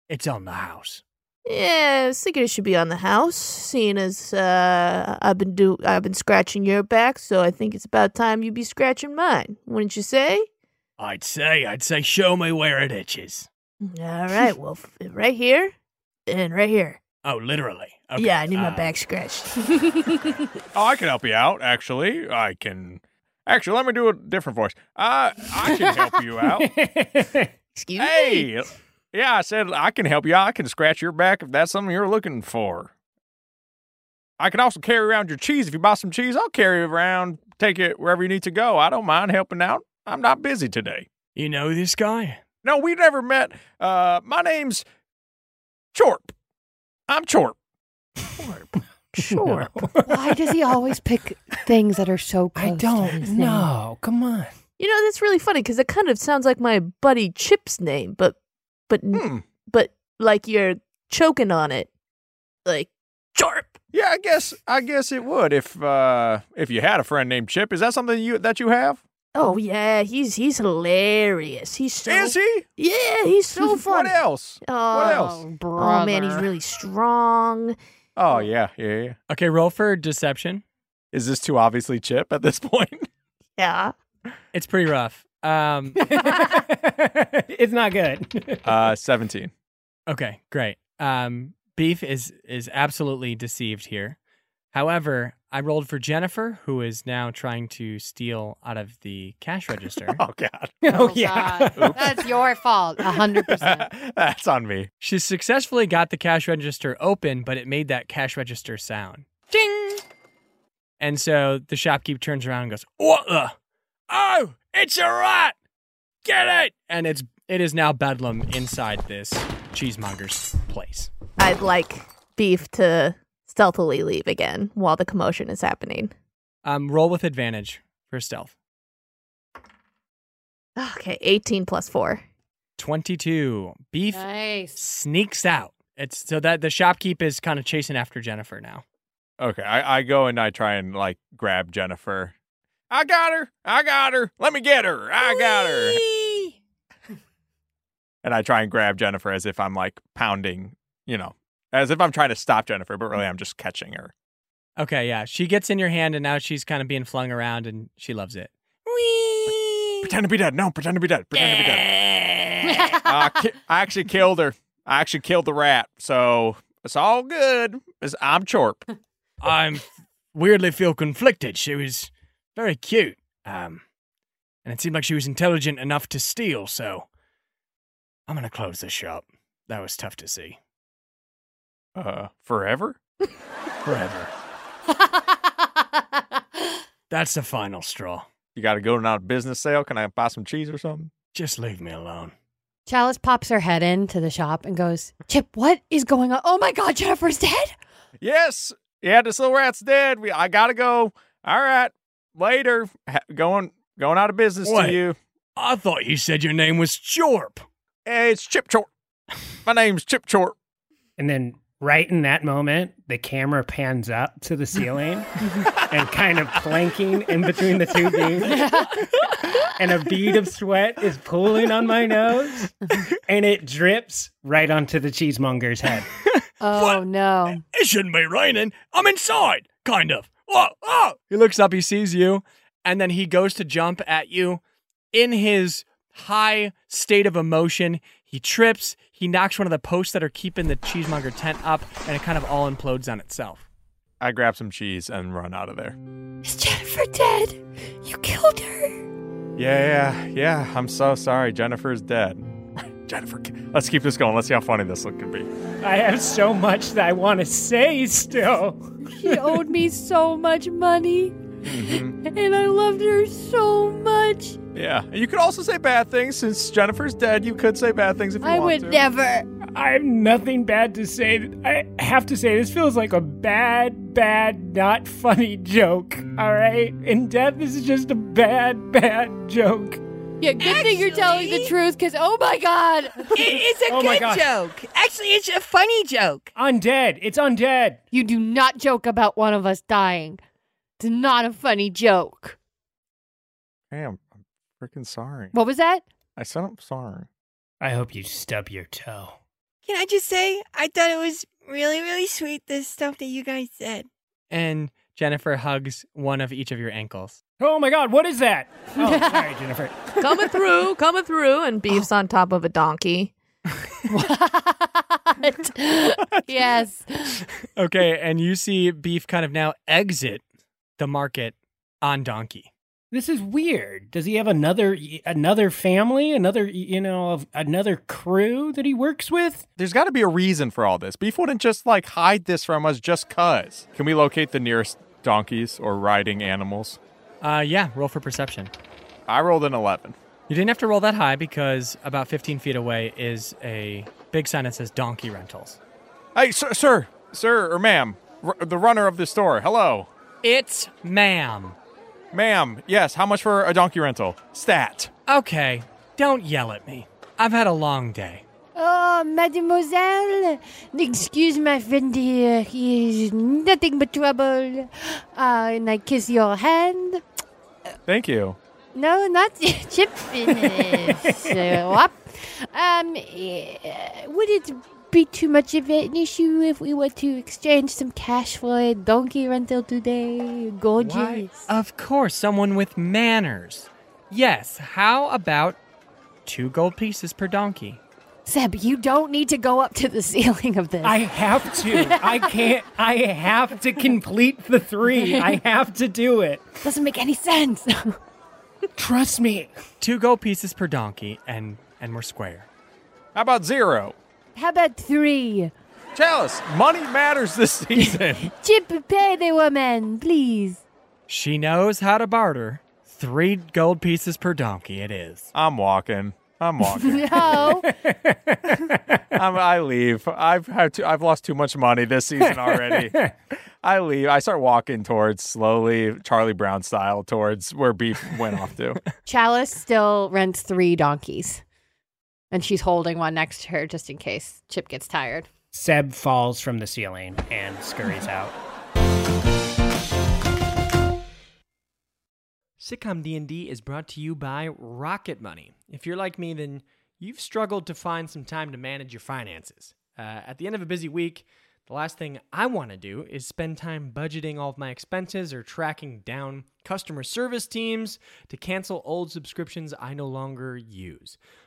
S6: it's on the house.
S5: Yeah, I was thinking it should be on the house, seeing as uh, I've been do I've been scratching your back, so I think it's about time you be scratching mine, wouldn't you say?
S6: I'd say, I'd say, show me where it itches.
S5: Mm, All right, well, f- right here and right here.
S6: Oh, literally. Okay.
S5: Yeah, I need my
S6: uh,
S5: back scratched.
S7: Oh, I can help you out, actually. I can. Actually, let me do a different voice. Uh, I can help you out.
S5: Excuse me.
S7: hey, yeah, I said I can help you out. I can scratch your back if that's something you're looking for. I can also carry around your cheese. If you buy some cheese, I'll carry it around, take it wherever you need to go. I don't mind helping out. I'm not busy today.
S6: you know this guy?
S7: No, we never met. Uh, my name's Chorp. I'm Chorp.
S5: Sure.
S4: Why does he always pick things that are so close?
S8: I
S4: to his
S8: don't
S4: name?
S8: know. Come on.
S5: You know that's really funny because it kind of sounds like my buddy Chip's name, but but n-
S7: Hmm.
S5: but like you're choking on it, like chorp.
S7: Yeah, I guess I guess it would if uh if you had a friend named Chip. Is that something you that you have?
S5: Oh yeah, he's he's hilarious. He's so
S7: Is he?
S5: yeah, he's so funny.
S7: What else?
S5: Oh,
S7: What else?
S5: Oh man, he's
S4: brother.
S5: really strong.
S7: Oh yeah, yeah, yeah.
S6: Okay, roll for deception.
S7: Is this too obviously Chip at this point?
S5: Yeah.
S6: It's pretty rough. Um,
S8: it's not good.
S7: Uh, seventeen.
S6: okay, great. Um, Beef is is absolutely deceived here. However, I rolled for Jennifer, who is now trying to steal out of the cash register.
S7: Oh God,
S8: oh yeah.
S4: God. That's your fault. A hundred percent.
S7: that's on me.
S6: She successfully got the cash register open, but it made that cash register sound.
S10: Ding.
S6: And so the shopkeep turns around and goes, "What the? Oh, it's a rat! Get it!" And it's it is now bedlam inside this cheesemonger's place.
S5: I'd like beef to stealthily leave again while the commotion is happening.
S6: Um, roll with advantage for stealth.
S5: Okay, eighteen plus four.
S6: Twenty-two. Beef
S4: Nice.
S6: sneaks out. It's so that the shopkeep is kind of chasing after Jennifer now.
S7: Okay, I, I go and I try and like grab Jennifer. I got her. I got her. Let me get her. I got her.
S10: Whee!
S7: And I try and grab Jennifer as if I'm like pounding, you know, as if I'm trying to stop Jennifer, but really I'm just catching her.
S6: Okay, yeah, she gets in your hand and now she's kind of being flung around and she loves it.
S10: Whee!
S7: Pretend to be dead. No, pretend to be dead. Pretend to be dead.
S6: Eh,
S7: uh, ki- I actually killed her. I actually killed the rat. So it's all good. It's, I'm Chorp.
S6: I'm weirdly feel conflicted. She was very cute, um, and it seemed like she was intelligent enough to steal. So I'm gonna close the shop. That was tough to see
S7: Uh, forever?
S6: forever. That's the final straw.
S7: You got to go to a business sale. Can I buy some cheese or something?
S6: Just leave me alone.
S4: Chalice pops her head into the shop and goes, Chip, what is going on? Oh my God, Jennifer's dead?
S7: Yes. Yeah, this little rat's dead. We, I got to go. All right. Later. Ha- going going out of business
S6: Wait.
S7: to you.
S6: I thought you said your name was Jorp.
S7: Hey, it's Chip Chorp. My name's Chip Chorp.
S8: And then Right in that moment, the camera pans up to the ceiling and kind of planking in between the two beams. and a bead of sweat is pooling on my nose and it drips right onto the cheesemonger's head.
S4: Oh no.
S7: It shouldn't be raining. I'm inside, kind of. Oh, oh. He looks up, he sees you, and then he goes to jump at you. In his high state of emotion, he trips, he knocks one of the posts that are keeping the cheesemonger tent up, and it kind of all implodes on itself. I grab some cheese and run out of there.
S11: Is Jennifer dead? You killed her.
S7: Yeah, yeah, yeah. I'm so sorry. Jennifer's dead. Jennifer, let's keep this going. Let's see how funny this look can be.
S8: I have so much that I want to say still.
S4: She owed me so much money.
S8: Mm-hmm.
S4: And I loved her so much.
S7: Yeah. And you could also say bad things. Since Jennifer's dead, you could say bad things if you
S4: I
S7: want
S4: would
S7: to.
S4: never.
S8: I have nothing bad to say. I have to say, this feels like a bad, bad, not funny joke. All right? In death, this is just a bad, bad joke.
S4: Yeah, good thing you're telling the
S10: Actually-
S4: truth because, oh my God.
S10: It- it's a
S8: Oh my
S10: good
S8: gosh.
S10: joke. Actually, it's a funny joke.
S8: Undead. It's undead.
S4: You do not joke about one of us dying. It's not a funny joke.
S7: Hey, I'm, I'm freaking sorry.
S4: What was that?
S7: I said I'm sorry.
S8: I hope you stub your toe.
S10: Can I just say, I thought it was really, really sweet, this stuff that you guys said.
S6: And Jennifer hugs one of each of your ankles.
S8: Oh my god, what is that? Oh, sorry, Jennifer.
S5: coming through, coming through, and beef's on top of a donkey.
S4: What? yes.
S6: Okay, and you see Beef kind of now exit the market on Donkey.
S8: This is weird. Does he have another another family, another you know, of another crew that he works with?
S7: There's got to be a reason for all this. Beef wouldn't just like hide this from us just cuz. Can we locate the nearest donkeys or riding animals?
S6: Uh, yeah, roll for perception.
S7: I rolled an 11.
S6: You didn't have to roll that high because about 15 feet away is a big sign that says Donkey Rentals.
S7: Hey, sir, sir, sir or ma'am, r- the runner of the store. Hello.
S6: It's ma'am.
S7: Ma'am, yes, how much for a donkey rental? Stat.
S6: Okay, don't yell at me. I've had a long day.
S4: Oh, mademoiselle, excuse my friend here. He is nothing but trouble. Uh, and I kiss your hand.
S7: Thank you.
S4: No, not chip. so up. Um, eh, would it be too much of an issue if we were to exchange some cash for a donkey rental today? Gorgeous.
S6: Of course, someone with manners. Yes, how about two gold pieces per donkey?
S4: Seb, you don't need to go up to the ceiling of this.
S8: I have to. I can't. I have to complete the three. I have to do it.
S4: Doesn't make any sense.
S8: Trust me.
S6: Two gold pieces per donkey, and and we're square.
S7: How about zero?
S4: How about three?
S7: Chalice, money matters this season.
S4: Chip, pay the woman, please.
S6: She knows how to barter. Three gold pieces per donkey, it is.
S7: I'm walking. I'm walking.
S4: No.
S7: I'm, I leave. I've had too, I've lost too much money this season already. I leave. I start walking towards slowly Charlie Brown style towards where Beef went off to.
S4: Chalice still rents three donkeys. And she's holding one next to her just in case Chip gets tired.
S8: Seb falls from the ceiling and scurries out.
S6: Sitcom D&D is brought to you by Rocket Money. If you're like me, then you've struggled to find some time to manage your finances. Uh, at the end of a busy week, the last thing I want to do is spend time budgeting all of my expenses or tracking down customer service teams to cancel old subscriptions I no longer use.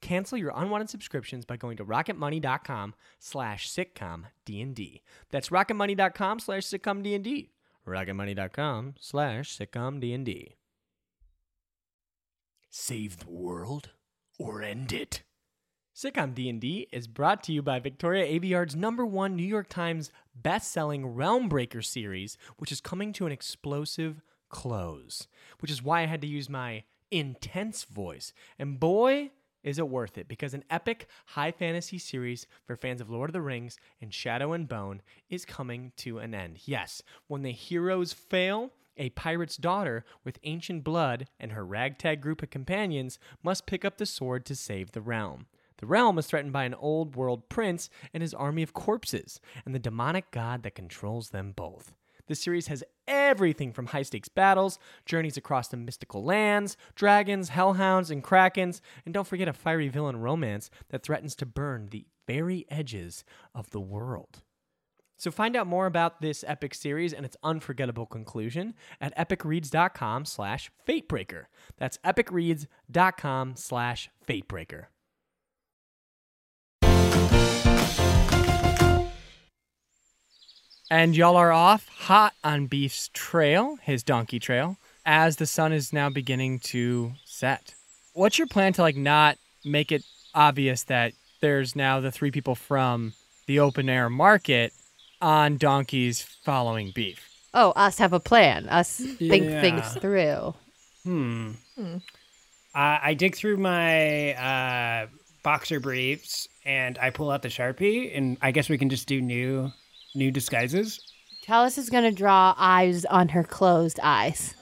S6: Cancel your unwanted subscriptions by going to rocketmoney.com slash sitcom D&D. That's rocketmoney.com slash sitcom D&D. rocketmoney.com slash sitcom D&D. Save the world or end it. Sitcom D&D is brought to you by Victoria Aveyard's number one New York Times best-selling Realm Breaker series, which is coming to an explosive close, which is why I had to use my intense voice. And boy, is it worth it, because an epic high fantasy series for fans of Lord of the Rings and Shadow and Bone is coming to an end. Yes, when the heroes fail, a pirate's daughter with ancient blood and her ragtag group of companions must pick up the sword to save the realm. The realm is threatened by an old world prince and his army of corpses, and the demonic god that controls them both. This series has everything from high stakes battles, journeys across the mystical lands, dragons, hellhounds, and krakens, and don't forget a fiery villain romance that threatens to burn the very edges of the world. So find out more about this epic series and its unforgettable conclusion at epicreads.com slash fatebreaker. That's epicreads.com slash fatebreaker. And y'all are off hot on Beef's trail, his donkey trail, as the sun is now beginning to set. What's your plan to like not make it obvious that there's now the three people from the open air market on donkeys following Beef?
S4: Oh, us have a plan. Us think
S8: Yeah.
S4: things through.
S8: Hmm. Uh, I dig through my uh, boxer briefs and I pull out the sharpie, and I guess we can just do new, new disguises.
S4: Tallis is gonna draw eyes on her closed eyes.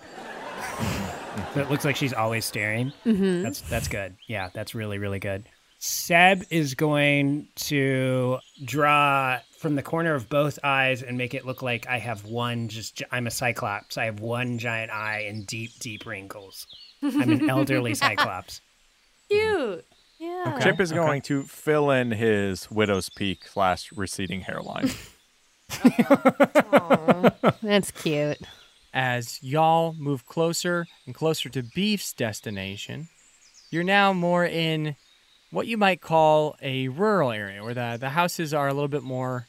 S8: So it looks like she's always staring.
S4: Mhm.
S8: That's that's good. Yeah, that's really really good. Seb is going to draw from the corner of both eyes and make it look like I have one. Just gi- I'm a cyclops. I have one giant eye and deep deep wrinkles. I'm an elderly cyclops.
S4: Cute. Yeah.
S7: Chip is going to fill in his widow's peak slash receding hairline.
S4: That's cute.
S12: As y'all move closer and closer to Beef's destination, you're now more in what you might call a rural area where the, the houses are a little bit more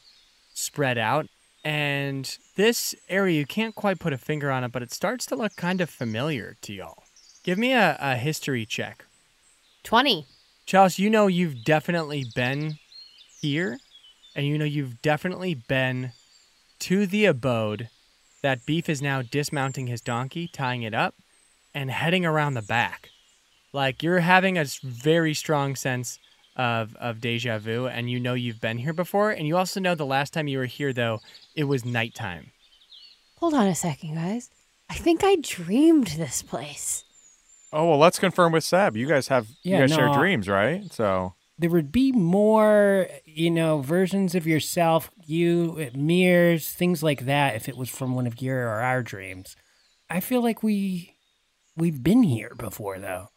S12: spread out. And this area, you can't quite put a finger on it, but it starts to look kind of familiar to y'all. Give me a, a history check.
S4: 20.
S12: Charles, you know you've definitely been here, and you know you've definitely been to the abode that Beef is now dismounting his donkey, tying it up, and heading around the back. Like you're having a s- very strong sense of, of deja vu, and you know you've been here before, and you also know the last time you were here, though, it was nighttime.
S4: Hold on a second, guys. I think I dreamed this place.
S7: oh well, let's confirm with Seb. You guys have
S8: Yeah,
S7: you guys share
S8: no, uh, I-
S7: dreams, right? So
S8: There would be more, you know, versions of yourself, you mirrors, things like that. If it was from one of your or our dreams, I feel like we we've been here before though.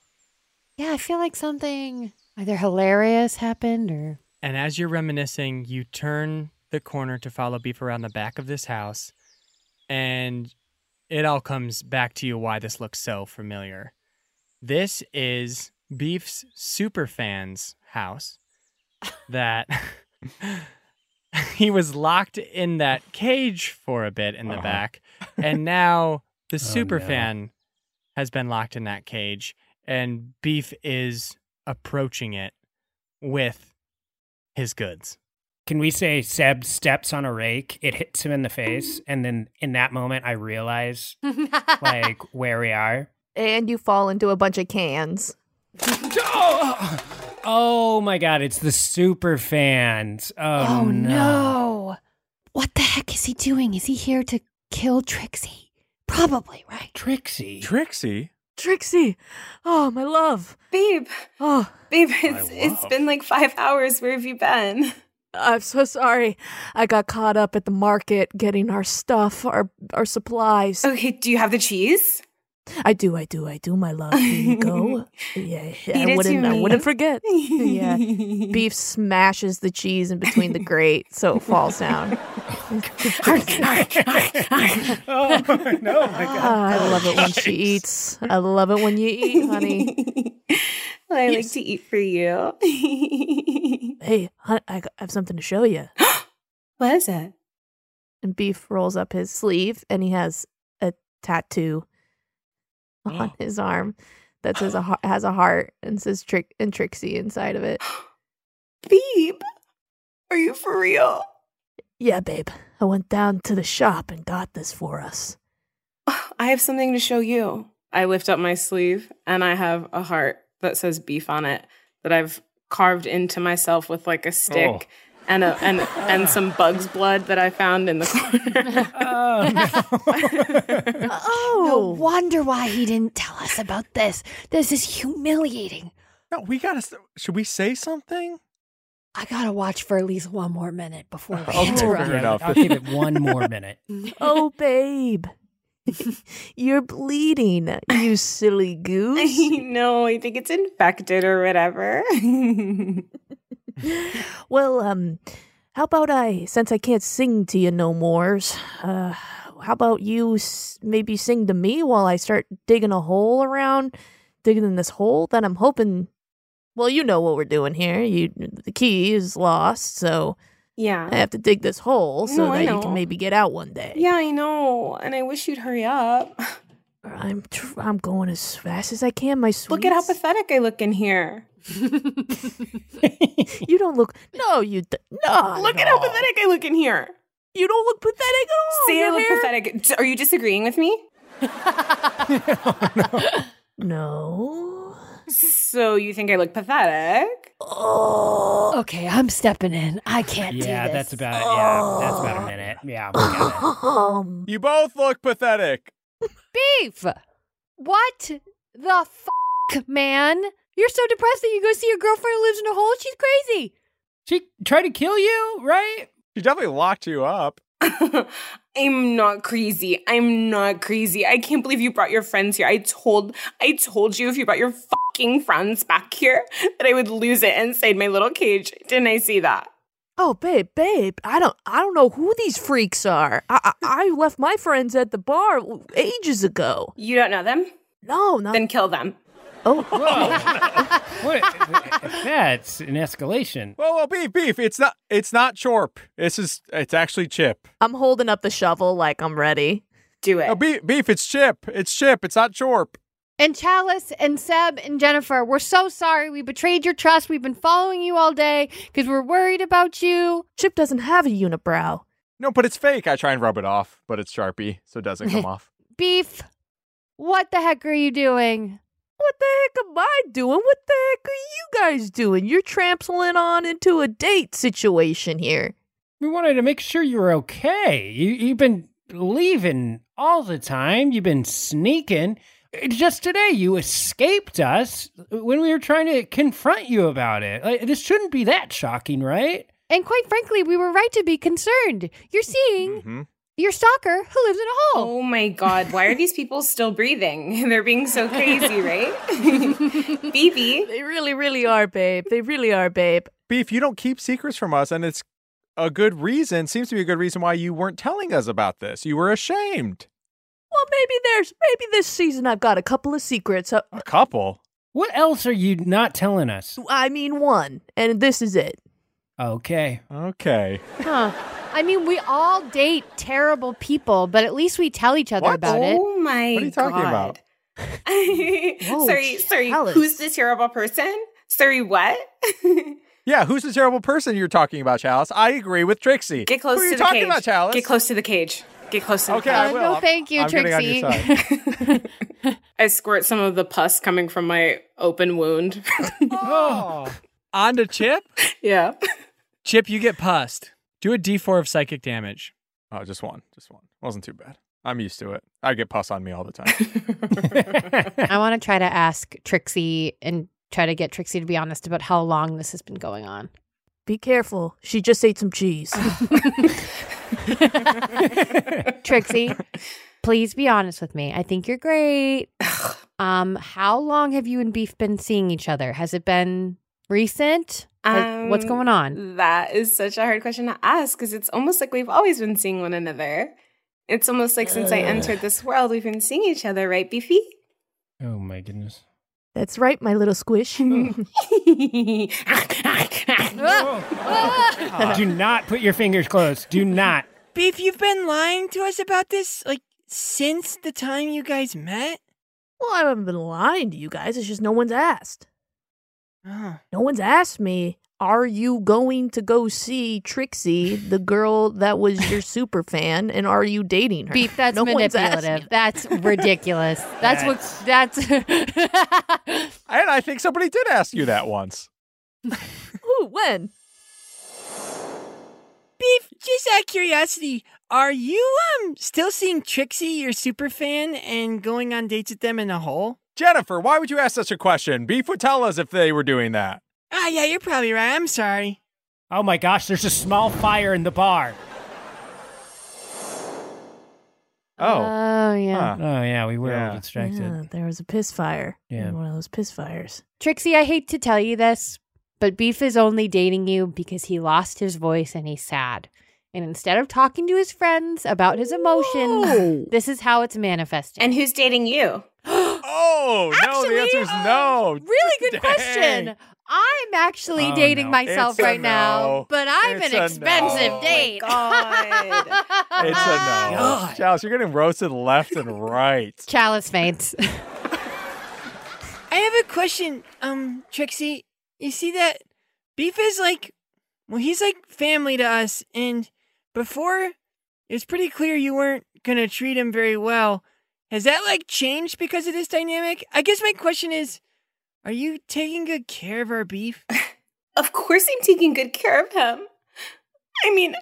S4: Yeah, I feel like something either hilarious happened or.
S12: And as you're reminiscing, you turn the corner to follow Beef around the back of this house, and it all comes back to you why this looks so familiar. This is Beef's superfan's house that he was locked in that cage for a bit in the
S6: Uh-huh.
S12: back, and now the
S6: Oh,
S12: superfan
S6: no.
S12: has been locked in that cage, and Beef is approaching it with his goods.
S8: Can we say Seb steps on a rake, it hits him in the face, and then in that moment I realize like where we are.
S5: And you fall into a bunch of cans.
S8: Oh my god, it's the super fans. Oh,
S4: no. What the heck is he doing? Is he here to kill Trixie? Probably, right?
S8: Trixie.
S7: Trixie,
S5: Trixie, oh my love,
S13: babe.
S5: Oh,
S13: Babe, it's, it's
S5: love.
S13: been like five hours. Where have you been?
S5: I'm so sorry. I got caught up at the market getting our stuff, our our supplies.
S13: Okay, do you have the cheese?
S5: I do, I do, I do, my love. Here you go. Yeah,
S13: it
S5: I
S13: to
S5: wouldn't, I
S13: me.
S5: wouldn't forget. yeah, beef smashes the cheese in between the grate, so it falls down.
S8: oh no, my god.
S5: Ah, I love it when she eats. I love it when you eat, honey.
S13: Well, I like to eat for you.
S5: hey, hun, I got- I have something to show you.
S13: what is it?
S5: And Beef rolls up his sleeve and he has a tattoo on his arm that says a, hea- has a heart and says Trick and Trixie inside of it.
S13: Beeb, are you for real?
S14: Yeah, babe. I went down to the shop and got this for us.
S13: I have something to show
S5: Oh,
S13: you. I lift up my sleeve and I have a heart that says beef on it that I've carved into myself with like a stick
S7: Oh.
S13: and a, and and some bug's blood that I found in the corner.
S4: Oh, no wonder why he didn't tell us about this. This is humiliating.
S7: No, we gotta. Should we say something?
S4: I gotta watch for at least one more minute before we
S7: Okay,
S4: interrupt.
S7: fair enough.
S8: I'll give it one more minute.
S5: oh, babe. You're bleeding, you silly goose.
S13: no, I think it's infected or whatever.
S5: Well, um, how about I, since I can't sing to you no mores, uh, how about you s- maybe sing to me while I start digging a hole around, digging in this hole that I'm hoping. Well, you know what we're doing here. You, the key is lost, so
S13: yeah.
S5: I have to dig this hole so
S13: No, I
S5: that you
S13: know.
S5: can maybe get out one day.
S13: Yeah, I know. And I wish you'd hurry up.
S5: I'm tr- I'm going as fast as I can. My sweet.
S13: Look at how pathetic I look in here.
S5: you don't look. No, you d- no.
S13: Look at how pathetic I look in here.
S5: You don't look pathetic at all.
S13: See, I
S5: Your
S13: look
S5: hair-
S13: pathetic. D- Are you disagreeing with me?
S5: No.
S13: So you think I look pathetic?
S5: Oh,
S4: Okay, I'm stepping in. I can't
S8: Yeah,
S4: do this.
S8: that's about yeah, that's about a minute. Yeah, we got it.
S5: Um,
S7: You both look pathetic.
S4: beef. What the fuck, man? You're so depressed that you go see your girlfriend who lives in a hole. She's crazy.
S8: She tried to kill you, right?
S7: She definitely locked you up.
S13: I'm not crazy. I'm not crazy. I can't believe you brought your friends here. I told I told you if you brought your fucking friends back here that I would lose it inside my little cage. Didn't I see that?
S5: Oh, babe, babe, I don't, I don't know who these freaks are. I, I, I left my friends at the bar ages ago.
S13: You don't know them?
S5: No, not.
S13: Then kill them.
S8: What? That's an escalation.
S7: Whoa, whoa, beef, beef. It's not. It's not Chorp. This is. It's actually Chip.
S5: I'm holding up the shovel like I'm ready.
S13: Do it.
S7: No, beef, beef. It's Chip. It's Chip. It's not Chorp.
S4: And Chalice and Seb and Jennifer, we're so sorry. We betrayed your trust. We've been following you all day because we're worried about you.
S5: Chip doesn't have a unibrow.
S7: No, but it's fake. I try and rub it off, but it's Sharpie, so it doesn't come off.
S4: Beef, what the heck are you doing?
S5: What the heck am I doing? What the heck are you guys doing? You're trampling on into a date situation here.
S8: We wanted to make sure you were okay. You, you've been leaving all the time. You've been sneaking. Uh, Just today, you escaped us when we were trying to confront you about it. Like, this shouldn't be that shocking, right?
S4: And quite frankly, we were right to be concerned. You're seeing
S7: Mm-hmm.
S4: your stalker who lives in a hole.
S13: Oh my god, why are these people still breathing? They're being so crazy, right? Phoebe.
S5: They really, really are, babe. They really are, babe.
S7: Beef, you don't keep secrets from us, and it's a good reason. Seems to be a good reason why you weren't telling us about this. You were ashamed.
S5: Well, maybe there's, maybe this season I've got a couple of secrets. Uh,
S7: A couple.
S8: What else are you not telling us?
S5: I mean, one, and this is it.
S8: Okay.
S7: Okay.
S4: Huh. I mean, we all date terrible people, but at least we tell each other
S7: What?
S4: about it.
S13: Oh my god.
S7: What are you talking about?
S5: Whoa,
S13: sorry, sorry.
S5: Alice.
S13: Who's this terrible person? Sorry, what?
S7: Yeah, who's the terrible person you're talking about, Chalice? I agree with Trixie.
S13: Get close
S7: Who are
S13: to
S7: you
S13: the
S7: talking
S13: cage.
S7: about, Chalice?
S13: Get close to the cage. Get close to the
S7: Okay,
S13: cage.
S7: I
S4: Uh,
S7: will.
S4: no,
S7: I'm-
S4: thank you,
S7: I'm getting on your
S4: Trixie.
S13: I squirt some of the pus coming from my open wound.
S15: Oh. On to Chip.
S13: yeah.
S15: Chip, you get pussed. Do a D4 of psychic damage.
S7: Oh, just one. Just one. Wasn't too bad. I'm used to it. I get pus on me all the time.
S4: I want to try to ask Trixie and try to get Trixie to be honest about how long this has been going on.
S5: Be careful. She just ate some cheese.
S4: Trixie, please be honest with me. I think you're great. Um, how long have you and Beef been seeing each other? Has it been recent? Has- What's
S13: Um,
S4: going on?
S13: That is such a hard question to ask because it's almost like we've always been seeing one another. It's almost like since I entered this world, we've been seeing each other, right, Beefy?
S8: Oh, my goodness.
S5: That's right, my little squish.
S8: Do not put your fingers close. Do not.
S10: Beef, you've been lying to us about this, like, since the time you guys met?
S5: Well, I haven't been lying to you guys. It's just no one's asked.
S10: Oh.
S5: No one's asked me. Are you going to go see Trixie, the girl that was your super fan, and are you dating her?
S4: Beep, that's
S5: No one's asking.
S4: manipulative. That's ridiculous. That's what that's
S7: And I think somebody did ask you that once.
S5: Ooh, when?
S10: Beef, just out of curiosity, are you um still seeing Trixie, your super fan, and going on dates with them in a hole?
S7: Jennifer, why would you ask such a question? Beef would tell us if they were doing that.
S10: Ah, yeah, you're probably right. I'm sorry.
S8: Oh my gosh, there's a small fire in the bar.
S7: Oh.
S4: Oh yeah.
S8: Oh yeah, we were all distracted.
S5: Yeah, there was a piss fire.
S8: Yeah.
S5: in one of those piss fires.
S4: Trixie, I hate to tell you this, but Beef is only dating you because he lost his voice and he's sad. And instead of talking to his friends about his emotions, this is how it's manifesting.
S13: And who's dating you?
S7: Oh, no, the answer is no.
S4: uh, Really good
S7: Dang.
S4: question. I'm actually
S7: Oh,
S4: dating
S7: no.
S4: myself
S7: It's a
S4: right now,
S7: no.
S4: but I'm
S7: It's a
S4: an
S7: no.
S4: expensive
S7: Oh my
S4: date.
S7: It's a no.
S4: God.
S7: Chalice, you're getting roasted left and right.
S4: Chalice faints.
S10: I have a question, um, Trixie. You see that Beef is like, well, he's like family to us, and before it's pretty clear you weren't gonna treat him very well. Has that like changed because of this dynamic? I guess my question is, are you taking good care of our beef?
S13: Of course, I'm taking good care of him. I mean,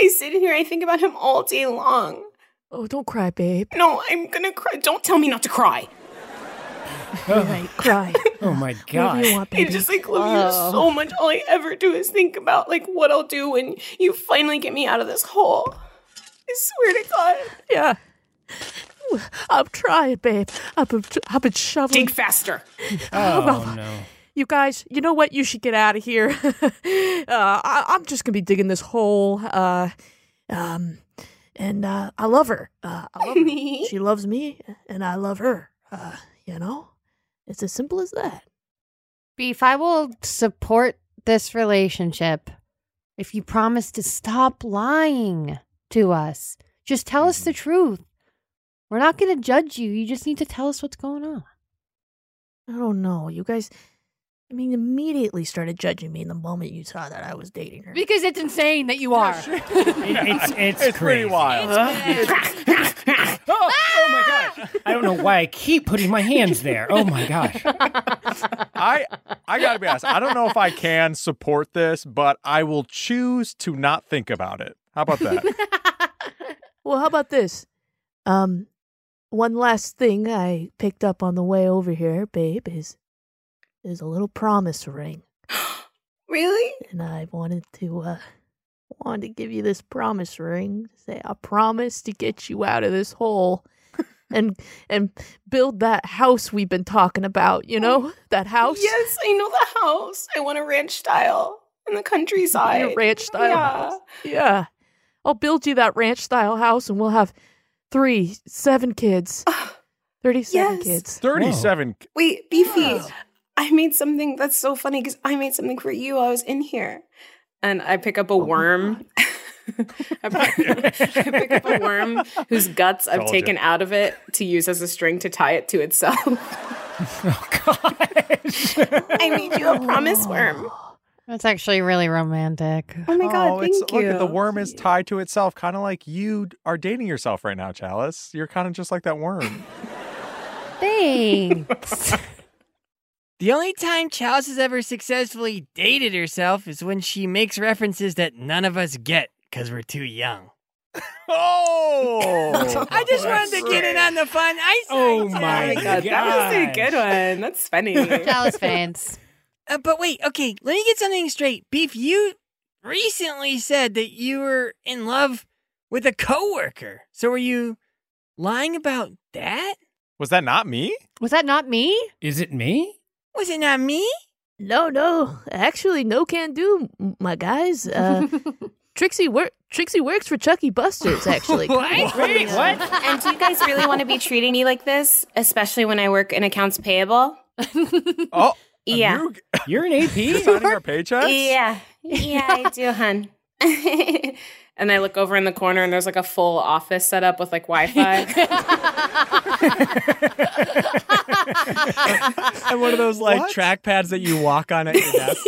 S13: I sit in here, I think about him all day long.
S5: Oh, don't cry, babe.
S13: No, I'm gonna cry. Don't tell me not to cry.
S5: You're right, cry.
S8: Oh my
S5: Whatever you
S8: gosh.
S5: want,
S13: I
S5: baby.
S13: just like love you
S5: Oh.
S13: so much. All I ever do is think about like what I'll do when you finally get me out of this hole. I swear to God.
S5: Yeah. I'm trying, babe. I've been, I've been shoveling.
S13: Dig faster.
S5: Oh,
S8: no.
S5: You guys, you know what? You should get out of here. uh, I, I'm just gonna be digging this hole. Uh, um, and uh, I love her. Uh, I love her. she loves me, and I love her. Uh, you know, it's as simple as that.
S4: Beef, I will support this relationship if you promise to stop lying to us. Just tell us the truth. We're not going to judge you. You just need to tell us what's going on.
S5: I don't know, you guys. I mean, immediately started judging me the moment you saw that I was dating her.
S4: Because it's insane that you are.
S8: it's it's,
S7: It's pretty
S8: crazy.
S7: wild.
S8: oh, oh my gosh. I don't know why I keep putting my hands there. Oh my gosh.
S7: I I gotta be honest. I don't know if I can support this, but I will choose to not think about it. How about that?
S5: Well, how about this? Um, one last thing I picked up on the way over here, babe, is is a little promise ring,
S13: Really?
S5: and I wanted to uh wanted to give you this promise ring to say I promise to get you out of this hole. And and build that house we've been talking about,
S7: Oh,
S5: you know that house.
S13: Yes, I know the house. I want a ranch style in the countryside.
S5: Your ranch style
S13: Yeah.
S5: house. Yeah. I'll build you that ranch style house and we'll have three, seven kids. 37
S13: Yes.
S5: kids.
S7: 37.
S13: Wait, Beefy, I made something that's so funny because I made something for you. I was in here. And I pick up a worm. I pick I pick up a worm whose guts I've
S7: Told ya.
S13: taken out of it to use as a string to tie it to itself. I made you a promise worm.
S4: That's actually really romantic.
S13: Oh my god,
S7: Oh,
S13: thank
S7: it's,
S13: you.
S7: Look, the worm is tied to itself, kind of like you are dating yourself right now, Chalice. You're kind of just like that worm.
S4: Thanks.
S10: The only time Chalice has ever successfully dated herself is when she makes references that none of us get because we're too young.
S7: oh!
S10: I just wanted to get in on the fun. I oh
S13: Oh my god, that was a good one. That's funny.
S4: Dallas fans.
S10: Uh, but wait, okay, let me get something straight. Beef, you recently said that you were in love with a coworker. So were you lying about that?
S7: Was that not me?
S4: Was that not me?
S8: Is it me?
S10: Was it not me?
S5: No, no. Actually, no can do, m- my guys. Uh, Trixie work Trixie works for Chucky Busters. Actually, Come on.
S8: Wait, what?
S13: And do you guys really want to be treating me like this, especially when I work in accounts payable?
S7: Oh,
S13: Yeah.
S7: you g-
S8: You're an AP?
S7: signing our paychecks?
S13: Yeah. Yeah, I do, hun. and I look over in the corner and there's like a full office set up with like Wi Fi.
S6: and one of those like
S5: What?
S6: trackpads that you walk on at your desk.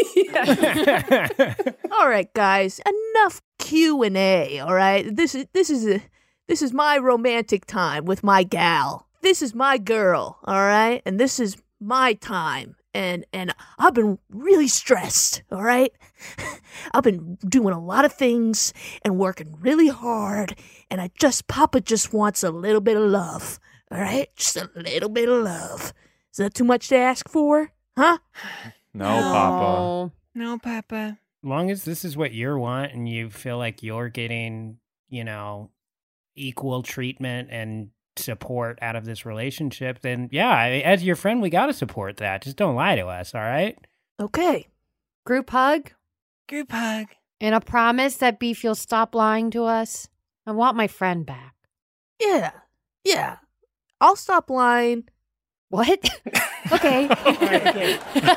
S5: all right, guys, enough Q and A. All right, this is this is a, this is my romantic time with my gal. This is my girl. All right, and this is my time. And and I've been really stressed. All right, I've been doing a lot of things and working really hard. And I just Papa just wants a little bit of love. All right, just a little bit of love. Is that too much to ask for? Huh?
S7: No, Papa.
S10: No, Papa.
S8: long as this is what you want and you feel like you're getting, you know, equal treatment and support out of this relationship, then yeah, I- as your friend, we got to support that. Just don't lie to us, all right?
S5: Okay.
S4: Group hug.
S10: Group hug.
S4: And a promise that Beef, you'll stop lying to us. I want my friend back.
S5: Yeah. Yeah. I'll stop lying.
S4: What? okay.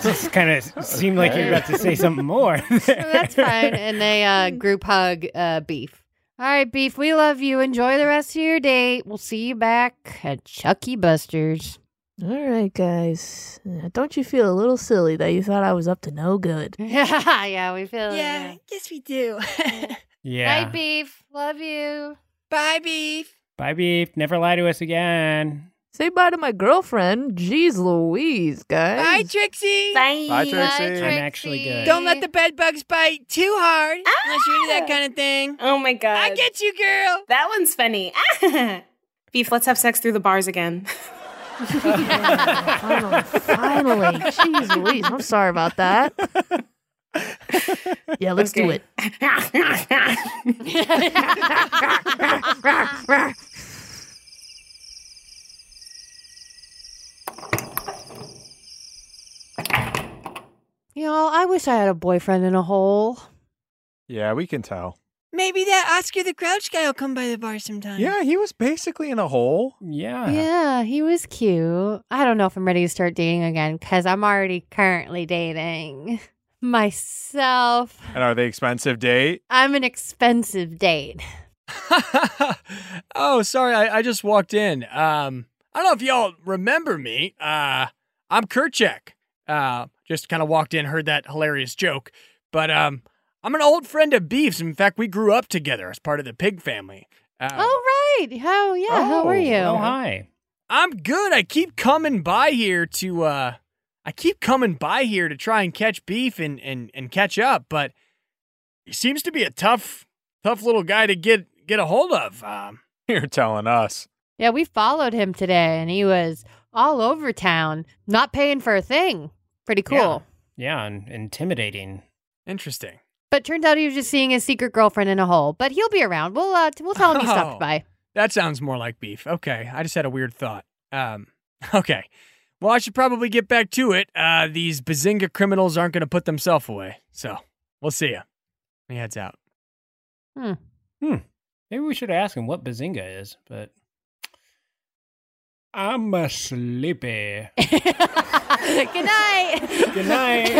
S8: Just kind of seemed like you're about to say something more.
S4: That's fine. And they uh, group hug uh, Beef. All right, Beef, we love you. Enjoy the rest of your day. We'll see you back at Chucky Buster's.
S5: All right, guys. Uh, Don't you feel a little silly that you thought I was up to no good?
S4: yeah, we feel it,
S10: Yeah, yes, we do.
S8: yeah.
S4: Beef. Love you.
S10: Bye, Beef.
S8: Bye, beef. Never lie to us again.
S5: Say bye to my girlfriend. Jeez Louise, guys.
S10: Bye, Trixie. Bye,
S8: Bye, Trixie. I'm actually good.
S10: Don't let the bed bugs bite too hard unless you're into that kind of thing.
S13: Ah! Oh my god.
S10: I get you, girl.
S13: That one's funny. Beef, let's have sex through the bars again.
S5: finally, finally. Jeez Louise. I'm sorry about that. Yeah, let's do
S13: Okay.
S5: it.
S4: You know, I wish I had a boyfriend in a hole.
S7: Yeah, we can tell.
S10: Maybe that Oscar the Grouch guy will come by the bar sometime.
S7: Yeah, he was basically in a hole.
S8: Yeah.
S4: Yeah, he was cute. I don't know if I'm ready to start dating again because I'm already currently dating myself.
S7: And are they expensive date?
S4: I'm an expensive date.
S6: Oh, sorry, I, I just walked in. Um, I don't know if y'all remember me. Uh, I'm Kurchek. Uh, just kind of walked in, heard that hilarious joke, but um, I'm an old friend of Beef's. In fact, we grew up together as part of the Pig family. Uh,
S4: oh, right. How, yeah, how are you?
S8: Oh, hi.
S6: I'm good. I keep coming by here to uh I keep coming by here to try and catch beef and and and catch up, but he seems to be a tough tough little guy to get get a hold of. Um
S7: You're telling us.
S4: Yeah, we followed him today and he was all over town, not paying for a thing. Pretty cool.
S8: Yeah, and intimidating.
S6: Interesting.
S4: But turns out he was just seeing his secret girlfriend in a hole. But he'll be around. We'll uh, t- we'll tell him he
S6: Oh.
S4: stopped by.
S6: That sounds more like beef. Okay, I just had a weird thought. Um okay. Well, I should probably get back to it. Uh these Bazinga criminals aren't going to put themselves away. So, we'll see ya. He heads out.
S4: Hmm.
S8: Maybe we should ask him what Bazinga is, but I'm a sleepy.
S4: Good night.
S8: Good night.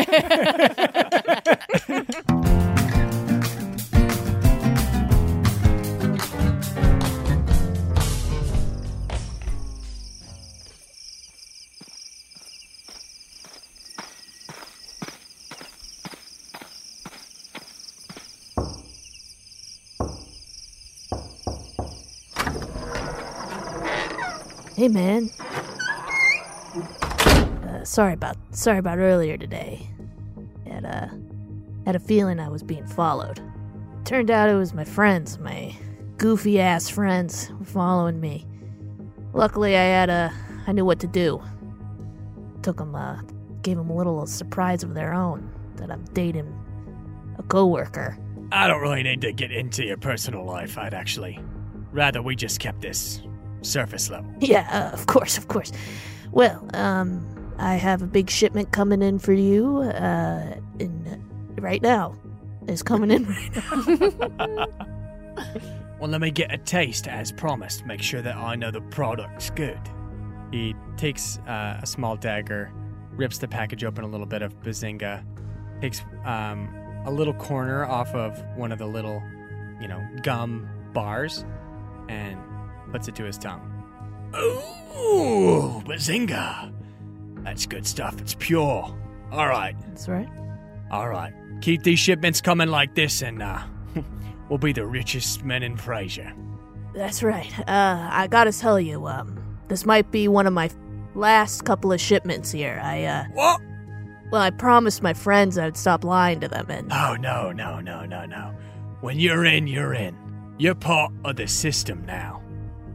S5: Hey, man. Uh, sorry about sorry about earlier today. Had uh, had a feeling I was being followed. Turned out it was my friends, my goofy ass friends, were following me. Luckily, I had a I knew what to do. Took them, uh, gave them a little surprise of their own that I'm dating a coworker.
S6: I don't really need to get into your personal life, I'd actually rather we just kept this surface level.
S5: Yeah, uh, of course, of course. Well, um, I have a big shipment coming in for you, uh, in, right now. It's coming in right
S6: Well, let me get a taste as promised, make sure that I know the product's good. He takes uh, a small dagger, rips the package open a little bit of bazinga, takes um, a little corner off of one of the little, you know, gum bars, and puts it to his tongue. Ooh, bazinga! A
S16: That's good stuff. It's pure. All right.
S17: That's right.
S16: All right. Keep these shipments coming like this, and uh, we'll be the richest men in Fraser.
S17: That's right. Uh, I gotta tell you, um, this might be one of my last couple of shipments here. I, uh.
S16: What?
S17: Well, I promised my friends I'd stop lying to them, and.
S16: Oh, no, no, no, no, no. When you're in, you're in. You're part of the system now.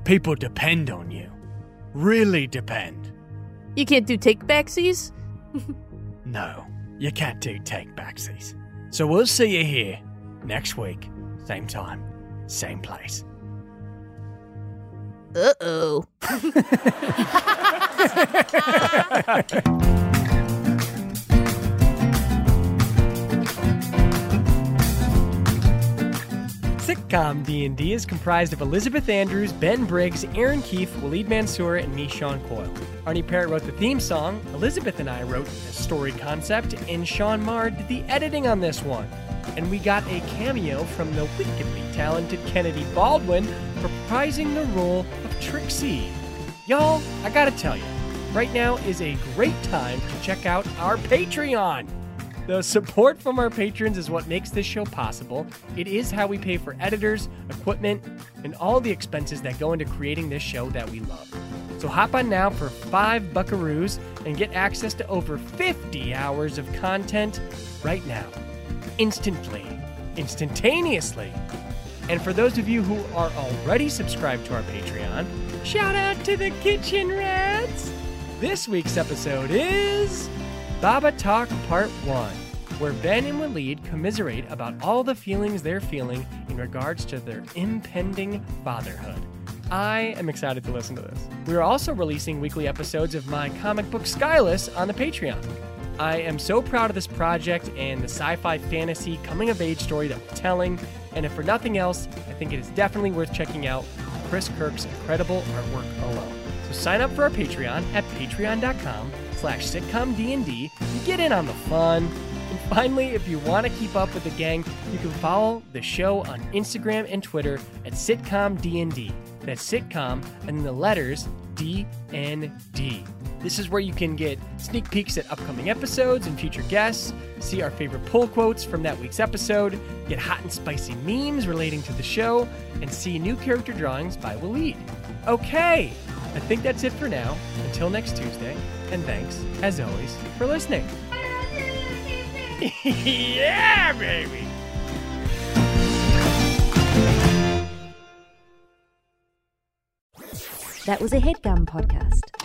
S16: People depend on you. Really depend.
S17: You can't do take backsies?
S16: No, you can't do take backsies. So we'll see you here next week. Same time, same place.
S17: Uh oh.
S6: Sitcom D&D is comprised of Elizabeth Andrews, Ben Briggs, Aaron Keefe, Waleed Mansour, and me, Sean Coyle. Arnie Parrott wrote the theme song, Elizabeth and I wrote the story concept, and Sean Marr did the editing on this one. And we got a cameo from the wickedly talented Kennedy Baldwin reprising the role of Trixie. Y'all, I gotta tell you, right now is a great time to check out our Patreon. The support from our patrons is what makes this show possible. It is how we pay for editors, equipment, and all the expenses that go into creating this show that we love. So hop on now for five buckaroos and get access to over 50 hours of content right now, instantly, instantaneously. And for those of you who are already subscribed to our Patreon, shout out to the Kitchen Rats! This week's episode is Baba Talk Part 1, where Ben and Walid commiserate about all the feelings they're feeling in regards to their impending fatherhood. I am excited to listen to this. We are also releasing weekly episodes of my comic book Skyless on the Patreon. I am so proud of this project and the sci fi fantasy coming of age story that we're telling, and if for nothing else, I think it is definitely worth checking out Chris Kirk's incredible artwork alone. So sign up for our Patreon at patreon.com slash sitcomdnd and get in on the fun. And finally, if you want to keep up with the gang, you can follow the show on Instagram and Twitter at sitcomdnd. That's sitcom and the letters DND. This is where you can get sneak peeks at upcoming episodes and future guests, see our favorite pull quotes from that week's episode, get hot and spicy memes relating to the show, and see new character drawings by Waleed. Okay, I think that's it for now. Until next Tuesday, and thanks, as always, for listening. yeah, baby!
S1: That was a headgum podcast.